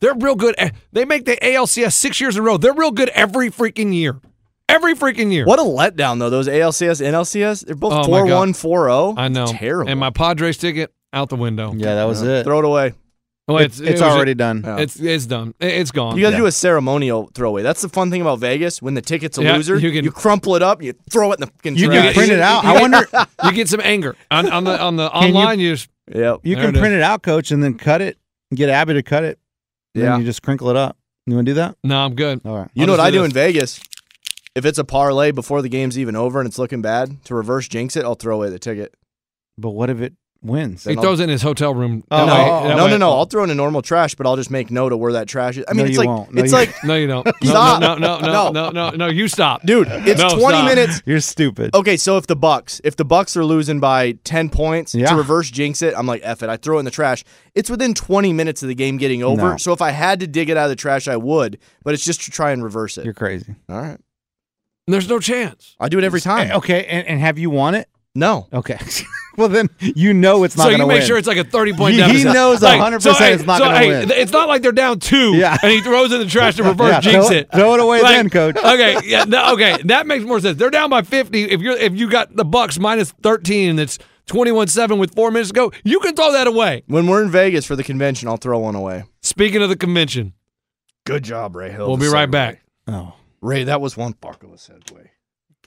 C: they're real good. Eh, They make the ALCS six years in a row. They're real good every freaking year. Every freaking year.
B: What a letdown, though. Those ALCS, NLCS, they're
C: Oh, my
B: both
C: God.
B: 4 1, 4 0.
C: I know.
B: oh. Terrible.
C: And my Padres ticket out the window.
D: Yeah, that was it.
B: Throw it away.
C: Well,
D: It's,
C: it
D: it's
C: was-
D: already done.
B: Yeah.
C: It's it's done. It- It's gone.
B: You got to do a ceremonial throwaway. That's the fun thing about Vegas. When the ticket's a
C: Yeah,
B: loser,
C: you
B: you,
C: can-
B: crumple it up, you throw it in the fucking
D: You
B: trash.
D: can print it out. I wonder.
C: you get some anger on, on the on the
D: you-
C: online. You, just
B: Yep.
D: You
C: There
D: can
C: it is.
D: print it out, coach, and then cut it. Get Abby to cut it. and
B: Yeah.
D: Then you just crinkle it up. You want to do that?
C: no, I'm good.
D: All right.
B: You
C: I'll
B: know what I
C: just do
B: do
C: this.
B: in Vegas? If it's a parlay before the game's even over and it's looking bad, to reverse jinx it, I'll throw away the ticket.
D: But what if it wins?
C: He throws it in his hotel room.
D: Oh,
C: That
B: no,
C: way- that
B: no,
C: way-
B: no, no. I'll throw in a normal trash, but I'll just make note of where that trash is. I mean,
D: No,
B: it's
D: you
B: like
D: won't. No,
B: it's
D: you-
B: like,
C: No, you don't. No,
B: Stop.
C: No, no, no, no,
B: No.
C: no, no, no. You stop,
B: dude, it's
C: No,
B: 20
C: stop.
B: minutes.
D: You're stupid.
B: Okay, so if the Bucks, if the Bucks are losing by 10 points
D: Yeah.
B: to reverse jinx it, I'm like, F it. I throw it in the trash. It's within 20 minutes of the game getting over.
D: No.
B: So if I had to dig it out of the trash, I would, but it's just to try and reverse it.
D: You're crazy.
B: All right.
C: There's no chance.
B: I do it every time.
D: Eh, Okay. And, and have you won it?
B: No.
D: Okay. well, then you know it's not
C: so
D: going
C: you
D: to
C: make
D: win.
C: sure it's like a 30 point
D: He- he
C: deficit.
D: knows
C: Like,
D: 100%
C: so, hey,
D: it's not
C: so,
D: gonna
C: hey,
D: win.
C: th- It's not like they're down two.
D: Yeah.
C: And he throws in the trash to reverse
D: Yeah,
C: jinx
D: throw,
C: it.
D: throw it away
C: Like,
D: then, coach.
C: okay, yeah, no, okay, that makes more sense. They're down by 50. If you're if you got the Bucks minus 13 and it's 21-7 with four minutes to go, you can throw that away.
B: When we're in Vegas for the convention, I'll throw one away.
C: Speaking of the convention,
B: Good job, Ray Hill.
C: we'll
B: The
C: be right
B: segue.
C: back.
D: Oh.
B: Ray, that was one fuck of a segue.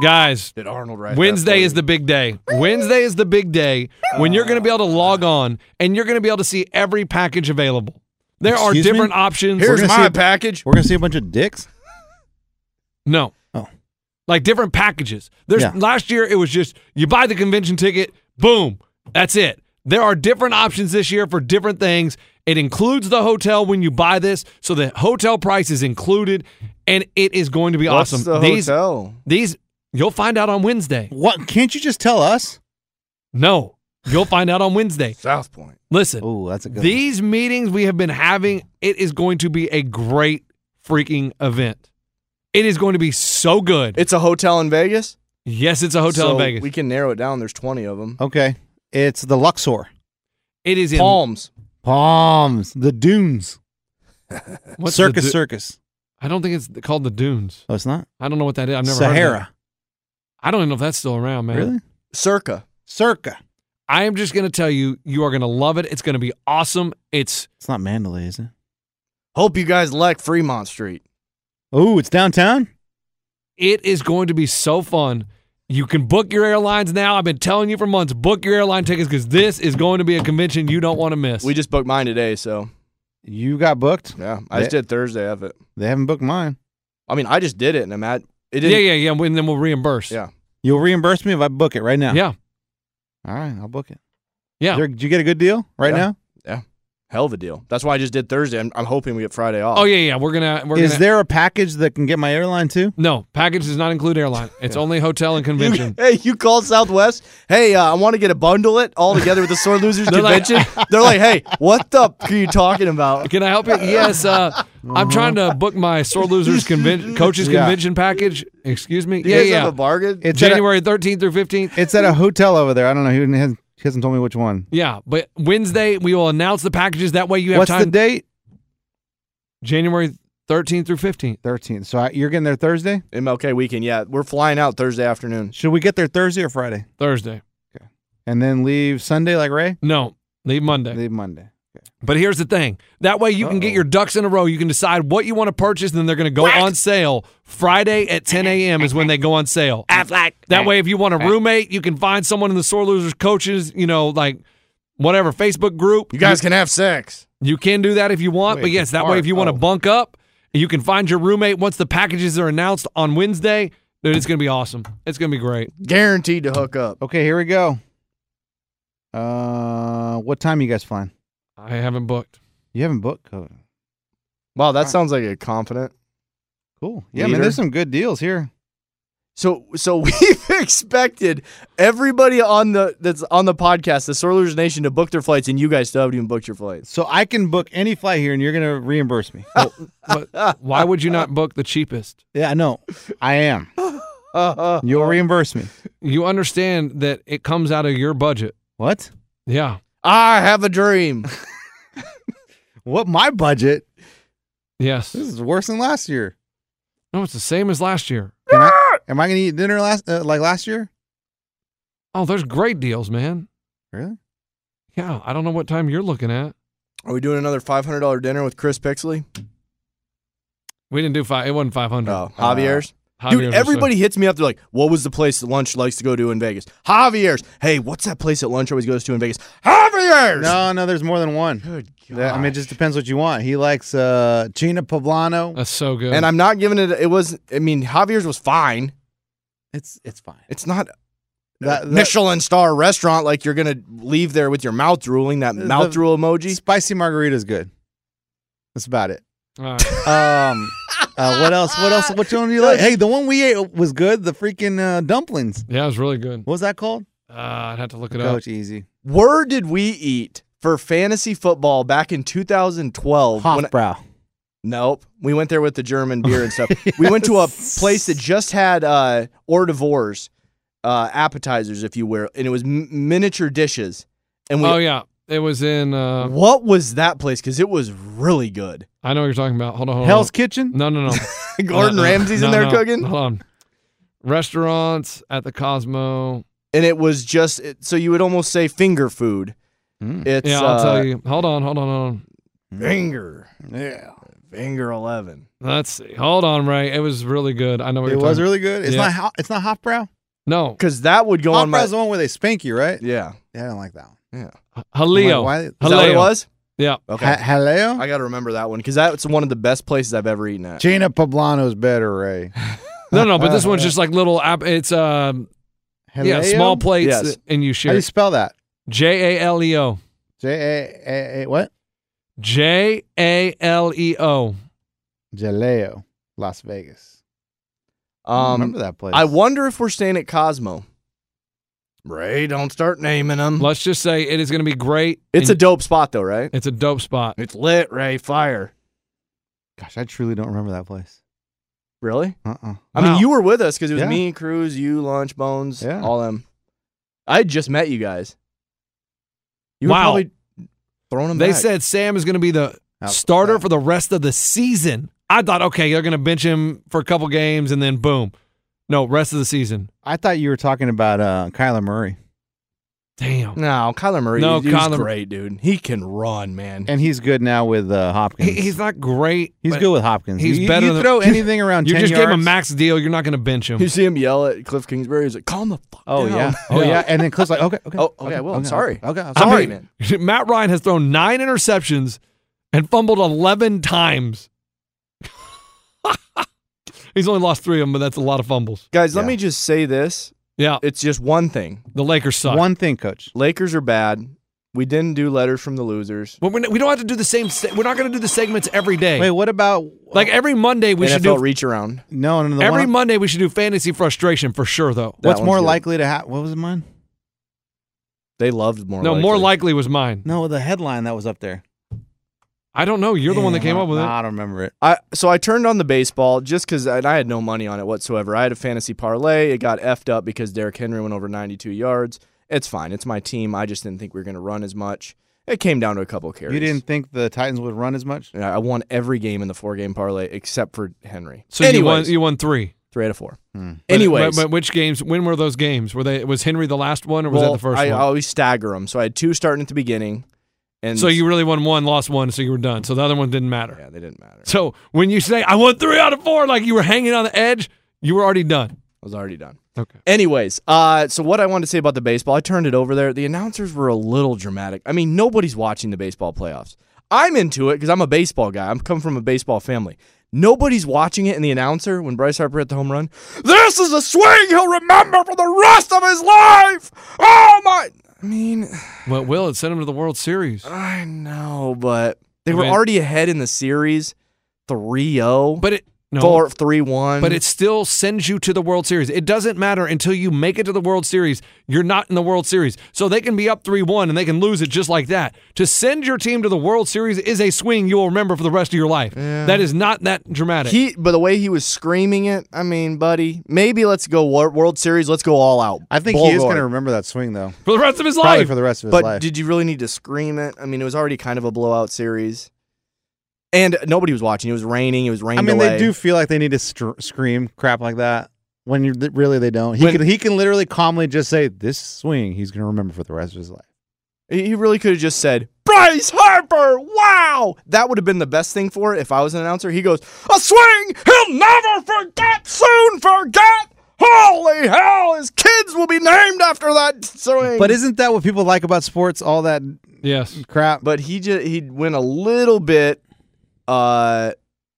C: Guys,
D: Did Arnold write that
C: Wednesday
D: for
C: is the big day. Wednesday is the big day when you're going to be able to log on and you're going to be able to see every package available. There
D: Excuse
C: are
D: me?
C: different options.
D: We're gonna see a-
C: package.
D: We're gonna see a bunch of dicks.
C: No.
D: Oh.
C: Like different packages. There's
D: Yeah.
C: last year it was just you buy the convention ticket, boom, that's it. There are different options this year for different things. It includes the hotel when you buy this, so the hotel price is included, and it is going to be
B: What's
C: awesome.
B: the
C: these,
B: hotel?
C: these you'll find out on Wednesday.
D: What? Can't you just tell us?
C: No, you'll find out on Wednesday.
B: South Point.
C: Listen,
D: Oh, that's a good. one.
C: these meetings we have been having, it is going to be a great freaking event. It is going to be so good.
B: It's a hotel in Vegas.
C: yes, it's a hotel
B: So
C: in Vegas.
B: We can narrow it down. There's 20 of them.
D: Okay, it's the Luxor
C: it is in
B: Palms.
D: Palms, the Dunes,
C: What's the
D: Circus
C: du-
D: Circus.
C: I don't think it's th- called the Dunes.
D: Oh, it's not
C: I don't know what that is. I've never heard of that.
D: Sahara.
C: I don't even know if that's still around, man.
D: Really?
B: Circa.
D: Circa.
C: I am just going to tell you, you are going to love it. It's going to be awesome. It's
D: It's not Mandalay, is it?
B: Hope you guys like Fremont Street.
D: Oh, it's downtown.
C: it is going to be so fun. You can book your airlines now. I've been telling you for months, book your airline tickets because this is going to be a convention you don't want to miss.
B: We just booked mine today, so
D: You got booked.
B: yeah, I just
D: They-
B: did Thursday of it.
D: They haven't booked mine.
B: I mean, I just did it, and I'm at it.
C: yeah,
B: Didn't,
C: yeah, yeah. And then we'll reimburse.
B: yeah.
D: You'll reimburse me if I book it right now.
C: yeah,
D: All right, I'll book it.
C: yeah.
D: There- Did you get a good deal right
B: Yeah.
D: now?
B: Hell of a deal. That's why I just did Thursday. I'm, I'm hoping we get Friday off.
C: Oh yeah, yeah. We're gonna. We're
D: is
C: gonna,
D: there a package that can get my airline too?
C: No package does not include airline. It's only hotel and
B: You-
C: convention.
B: hey, you called Southwest. Hey, uh, I want to get a bundle it all together with the Sore Losers
C: They're like-
B: convention. They're like, hey, what the f- are you talking about?
C: Can I help you? Yes. Uh, I'm trying to book my sore losers convention, coaches
D: Uh-huh. Yeah.
C: convention package. Excuse me.
B: You
C: yeah,
B: guys
C: yeah.
B: have a bargain.
D: It's at a-
C: January 13th through 15th.
D: It's at a hotel over there. I don't know. He hasn't, he hasn't told me which one.
C: Yeah, but Wednesday we will announce the packages. That way you have
D: What's
C: time.
D: the date?
C: January 13th through 15th.
D: 13th. So I, you're getting there Thursday?
B: MLK weekend. Yeah, we're flying out Thursday afternoon.
D: Should we get there Thursday or Friday?
C: Thursday.
D: And then leave Sunday like Ray?
C: No, leave Monday.
D: Leave Monday.
C: But here's the thing. That way you can get your ducks in a row. You can decide what you want to purchase, and then they're going to go on sale Friday at 10 a.m. is when they go on sale. That way, if you want a roommate, you can find someone in the sore losers coaches. You know, like whatever Facebook group.
B: You guys can have sex.
C: You can do that if you want, but
D: Wait,
C: yes, that
D: part-
C: way if you want to
D: oh.
C: bunk up, you can find your roommate once the packages are announced on Wednesday. Dude, it's gonna be awesome. It's gonna be great.
B: Guaranteed to hook up.
D: Okay, here we go. Uh, what time you guys flying?
C: I haven't booked.
D: You haven't booked Oh, code.
B: Wow, that sounds like a confident.
D: Cool. Yeah,
B: Leader.
D: man, there's some good deals here.
B: So so we've expected everybody on the that's on the podcast, the Sorlers Nation, to book their flights, and you guys still haven't even booked your flights.
D: So I can book any flight here and you're going to reimburse me. Oh,
C: But why would you not book the cheapest?
D: yeah, I know. I am.
B: Uh,
D: You'll reimburse me.
C: You understand that it comes out of your budget.
D: What?
C: Yeah.
B: I have a dream.
D: What? My budget?
C: Yes.
D: This is worse than last year.
C: No, it's the same as last year.
D: Can I, am I going to eat dinner last uh, like last year?
C: Oh, there's great deals, man.
D: Really?
C: Yeah. I don't know what time you're looking at.
B: Are we doing another five hundred dollar dinner with Chris Pixley?
C: We didn't do five. It wasn't five hundred. Uh,
B: No, Oh, Javier's.
C: Javier's
B: Dude,
C: was
B: everybody hits me up. They're like, "What was the place that lunch likes to go to in Vegas?" Javier's. Hey, what's that place that lunch always goes to in Vegas? Javier's.
D: No, no, there's more than one.
B: Good
D: That- I mean, it just depends what you want. He likes uh Gina Poblano.
C: That's so good.
B: And I'm not giving it. It was. I mean, Javier's was fine.
D: It's it's fine. Uh,
B: It's not
D: That-
B: a
D: that-
B: Michelin star restaurant like you're gonna leave there with your mouth drooling. That
D: The-
B: mouth drool emoji.
D: Spicy margarita's good. That's about it.
C: All right.
D: Um, uh, what else? What else? What one do you like? Hey, the one we ate was good. The freaking uh, dumplings.
C: Yeah, it was really good.
D: What was that called?
C: Uh, I'd have to look it up.
D: Coach, easy.
B: Where did we eat for fantasy football back in 2012?
D: Hofbrau.
B: Nope. We went there with the German beer and stuff. We went to a place that just had uh, hors d'oeuvres, uh, appetizers, if you will, and it was m- miniature dishes. And we,
C: oh yeah, it was in. Uh,
B: What was that place? Because it was really good.
C: I know what you're talking about. Hold on, hold on.
D: Hell's Kitchen?
C: No, no, no.
B: Gordon
C: No, no,
B: Ramsay's in
C: no,
B: there
C: no.
B: cooking?
C: Hold on. Restaurants at the Cosmo.
B: And it was just, it, so you would almost say finger food. It's,
C: Hmm. yeah, I'll
B: uh,
C: tell you. Hold on, hold on, hold on.
B: Finger. Yeah. Finger 11.
C: Let's see. Hold on, Ray. It was really good. I know what
D: It
C: you're
D: was
C: talking-
D: really good. It's
C: Yeah.
D: not ho- it's not Hofbrau.
C: No,
B: Because that would go on my.
D: Hofbrau's the one where they spank you, right?
B: Yeah.
D: Yeah, I don't like that one.
B: Yeah.
C: Haleo.
D: why- is
B: Is that what it
C: Haleo.
B: was?
C: Yeah.
B: Okay.
D: Ha- Hello?
B: I got to remember that one because that's one of the best places I've ever eaten at.
D: Gina Poblano's better, Ray.
C: No, no, but this one's just like little. app- It's um, yeah,
D: Hello?
C: small plates,
B: Yes.
C: that- and you
D: How do
C: share.
D: you spell that?
C: J a l e o.
D: J A A A what?
C: J a l e o.
D: Jaleo, Las Vegas. I don't
B: Um,
D: remember that place?
B: I wonder if we're staying at Cosmo. Ray, don't start naming
D: Mm-hmm.
B: them.
C: Let's just say it is going to be great.
B: It's a
C: and
B: dope spot though, right?
C: it's a dope spot.
B: It's lit, Ray. Fire.
D: Gosh, I truly don't remember that place.
B: Really?
D: Uh uh
B: I
C: Wow.
B: mean, you were with us because it was
D: Yeah.
B: me, Cruz, you, Lunch, Bones,
D: Yeah.
B: all them. I had just met you guys. You
C: Wow.
B: were probably throwing them
C: They
B: back.
C: said Sam is going to be the
D: Out-
C: starter
D: out.
C: for the rest of the season. I thought, okay, you're going to bench him for a couple games and then boom. No, rest of the season.
D: I thought you were talking about uh, Kyler Murray,
C: Damn.
B: No, Kyler Murray. No,
C: No,
B: he's
C: Kyler-
B: great, dude. He can run, man.
D: and he's good now with uh, Hopkins.
C: He, he's not great.
D: he's
C: but
D: good with Hopkins.
C: he's
D: You-
C: better
D: You
C: than-
D: throw anything around.
C: You
D: 10
C: just gave him a
D: yards.
C: max deal. You're not going to bench him.
B: you see him yell at Cliff Kingsbury. He's like, "Calm the fuck
D: Oh
B: down."
D: yeah, oh yeah, and then Cliff's like, okay, okay,
B: Oh, okay, I will. I'm sorry.
D: okay, I'm
B: I
D: sorry.
B: mean-
C: I mean, Matt Ryan has thrown nine interceptions and fumbled 11 times. he's only lost three of them, but that's a lot of fumbles.
B: Guys, let
D: Yeah.
B: me just say this.
C: Yeah.
B: It's just one thing.
C: The Lakers suck.
D: One thing, Coach.
B: Lakers are bad. We didn't do letters from the losers.
C: But we're, n- we don't have to do the same. Se- we're not going to do the segments every day.
D: Wait, what about uh,
C: like every Monday, we
B: NFL
C: should do.
B: reach around.
D: no, no, no the
C: every
D: one,
C: Monday, we should do fantasy frustration for sure, though.
B: That
D: What's
B: one's
D: more
B: good.
D: likely to happen? What was mine?
B: They loved more.
C: no, more likely was mine.
D: No, the headline that was up there.
C: I don't know. You're the one that
D: Damn,
C: came
D: I-
C: up with
D: nah,
C: it.
D: I don't remember it.
B: I so I turned on the baseball just because and I had no money on it whatsoever. I had a fantasy parlay. It got effed up because Derrick Henry went over 92 yards. It's fine. It's my team. I just didn't think we were going to run as much. It came down to a couple carries.
D: You didn't think the Titans would run as much?
B: And I I won every game in the four game parlay except for Henry.
C: So you won.
B: Anyways,
C: You won three.
B: three out of four.
D: Hmm.
C: But-
B: Anyways,
C: but, but which games? When were those games? Were they? Was Henry the last one, or was
B: well,
C: that the first
B: I
C: one?
B: always stagger them. So I had two starting at the beginning, and
C: so you really won one, lost one, so you were done. So the other one didn't matter.
B: yeah, they didn't matter.
C: So when you say I won three out of four, like you were hanging on the edge, you were already done.
B: I was already done.
C: Okay.
B: Anyways, uh, so what I wanted to say about the baseball, I turned it over there. The announcers were a little dramatic. I mean, nobody's watching the baseball playoffs. I'm into it because I'm a baseball guy. I'm come from a baseball family. Nobody's watching it, and the announcer, when Bryce Harper hit the home run, this is a swing he'll remember for the rest of his life. Oh my! I mean,
C: Well, Will, it sent him to the World Series.
B: I know, but they
C: I
B: were
C: mean-
B: already ahead in the series, 3-0,
C: But it no.
B: 4 3-1.
C: But it still sends you to the World Series. It doesn't matter until you make it to the World Series. You're not in the World Series. So they can be up 3 1 and they can lose it just like that. To send your team to the World Series is a swing you will remember for the rest of your life. That is not that dramatic.
B: He, but the way he was screaming it, I mean, buddy, maybe let's go Wor- World Series. Let's go all out.
D: I think
B: Bull
D: he is
B: roar.
D: going to remember that swing though,
C: for the rest of his
D: probably
C: life.
D: for the rest of his
B: But
D: life.
B: did you really need to scream it? I mean, it was already kind of a blowout series, and nobody was watching. It was raining. It was raining.
D: I mean, they do feel like they need to str- scream crap like that when you th- really they don't. He
B: When-
D: could he can literally calmly just say this swing he's going to remember for the rest of his life.
B: He he really could have just said, "Bryce Harper, wow!" That would have been the best thing for it if I was an announcer. He goes, "A swing he'll never forget, soon forget." Holy hell! His kids will be named after that swing.
D: But isn't that what people like about sports? All that
C: yes.
D: crap.
B: but he just he went a little bit uh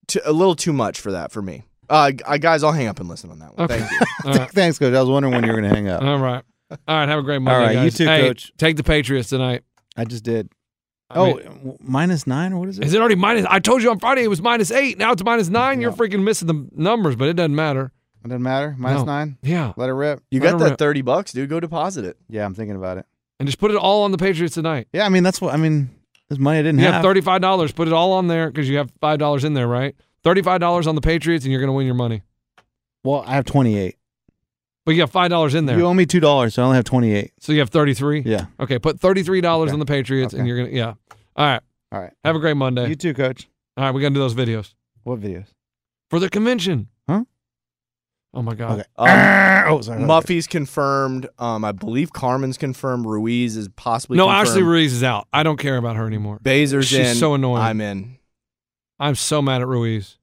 B: to, a little too much for that for me uh g- uh, guys i'll hang up and listen on that one
C: Okay.
B: thank you
C: All right.
D: Thanks, coach. I was wondering when you were going to hang up.
C: All right. All right. Have a great Monday.
D: right, you
C: guys.
D: too,
C: Hey,
D: Coach.
C: Take the Patriots tonight.
D: I just did.
C: I
D: Oh,
C: mean,
D: w- minus nine or what is it?
C: is it already minus? I told you on Friday it was minus eight. Now it's minus nine. You're freaking missing the numbers, but it doesn't matter.
D: It doesn't matter. Minus
C: No.
D: nine.
C: Yeah.
D: Let it rip.
B: you
C: I don't
B: got that
C: know.
B: 30 bucks dude go deposit it
D: Yeah, I'm thinking about it.
C: and just put it all on the Patriots tonight.
D: Yeah, I mean that's what I mean. This money I didn't
C: You have
D: have.
C: thirty-five dollars. Put it all on there because you have five dollars in there, right? Thirty-five dollars on the Patriots, and you're going to win your money.
D: Well, I have twenty eight.
C: But you have five dollars in there,
D: You owe me two dollars, so I only have twenty eight.
C: so you have thirty-three.
D: Yeah.
C: Okay, put thirty-three dollars on the Patriots, and you're gonna. Yeah. All right.
D: All right.
C: Have a great Monday.
D: You too, Coach.
C: All right, we gotta do those videos
D: What videos?
C: for the convention.
D: Huh?
C: Oh my god.
D: Okay. Um, oh, sorry.
B: Muffy's confirmed. Um, I believe Carmen's confirmed. Ruiz is possibly
C: No,
B: confirmed.
C: Ashley Ruiz is out. I don't care about her anymore.
B: Bazer's
C: She's
B: in.
C: so annoying.
B: I'm in.
C: I'm so mad at Ruiz.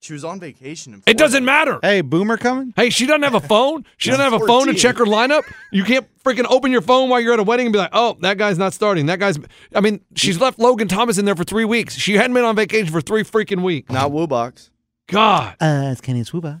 B: She was on vacation. In
C: It doesn't matter.
D: Hey, Boomer coming?
C: Hey, she doesn't have a phone. She doesn't have a phone to
B: 14.
C: check her lineup. You can't freaking open your phone while you're at a wedding and be like, oh, that guy's not starting. That guy's. I mean, she's left Logan Thomas in there for three weeks. She hadn't been on vacation for three freaking weeks.
B: Not Woobox.
C: God.
D: Uh, it's Kenny Swooba.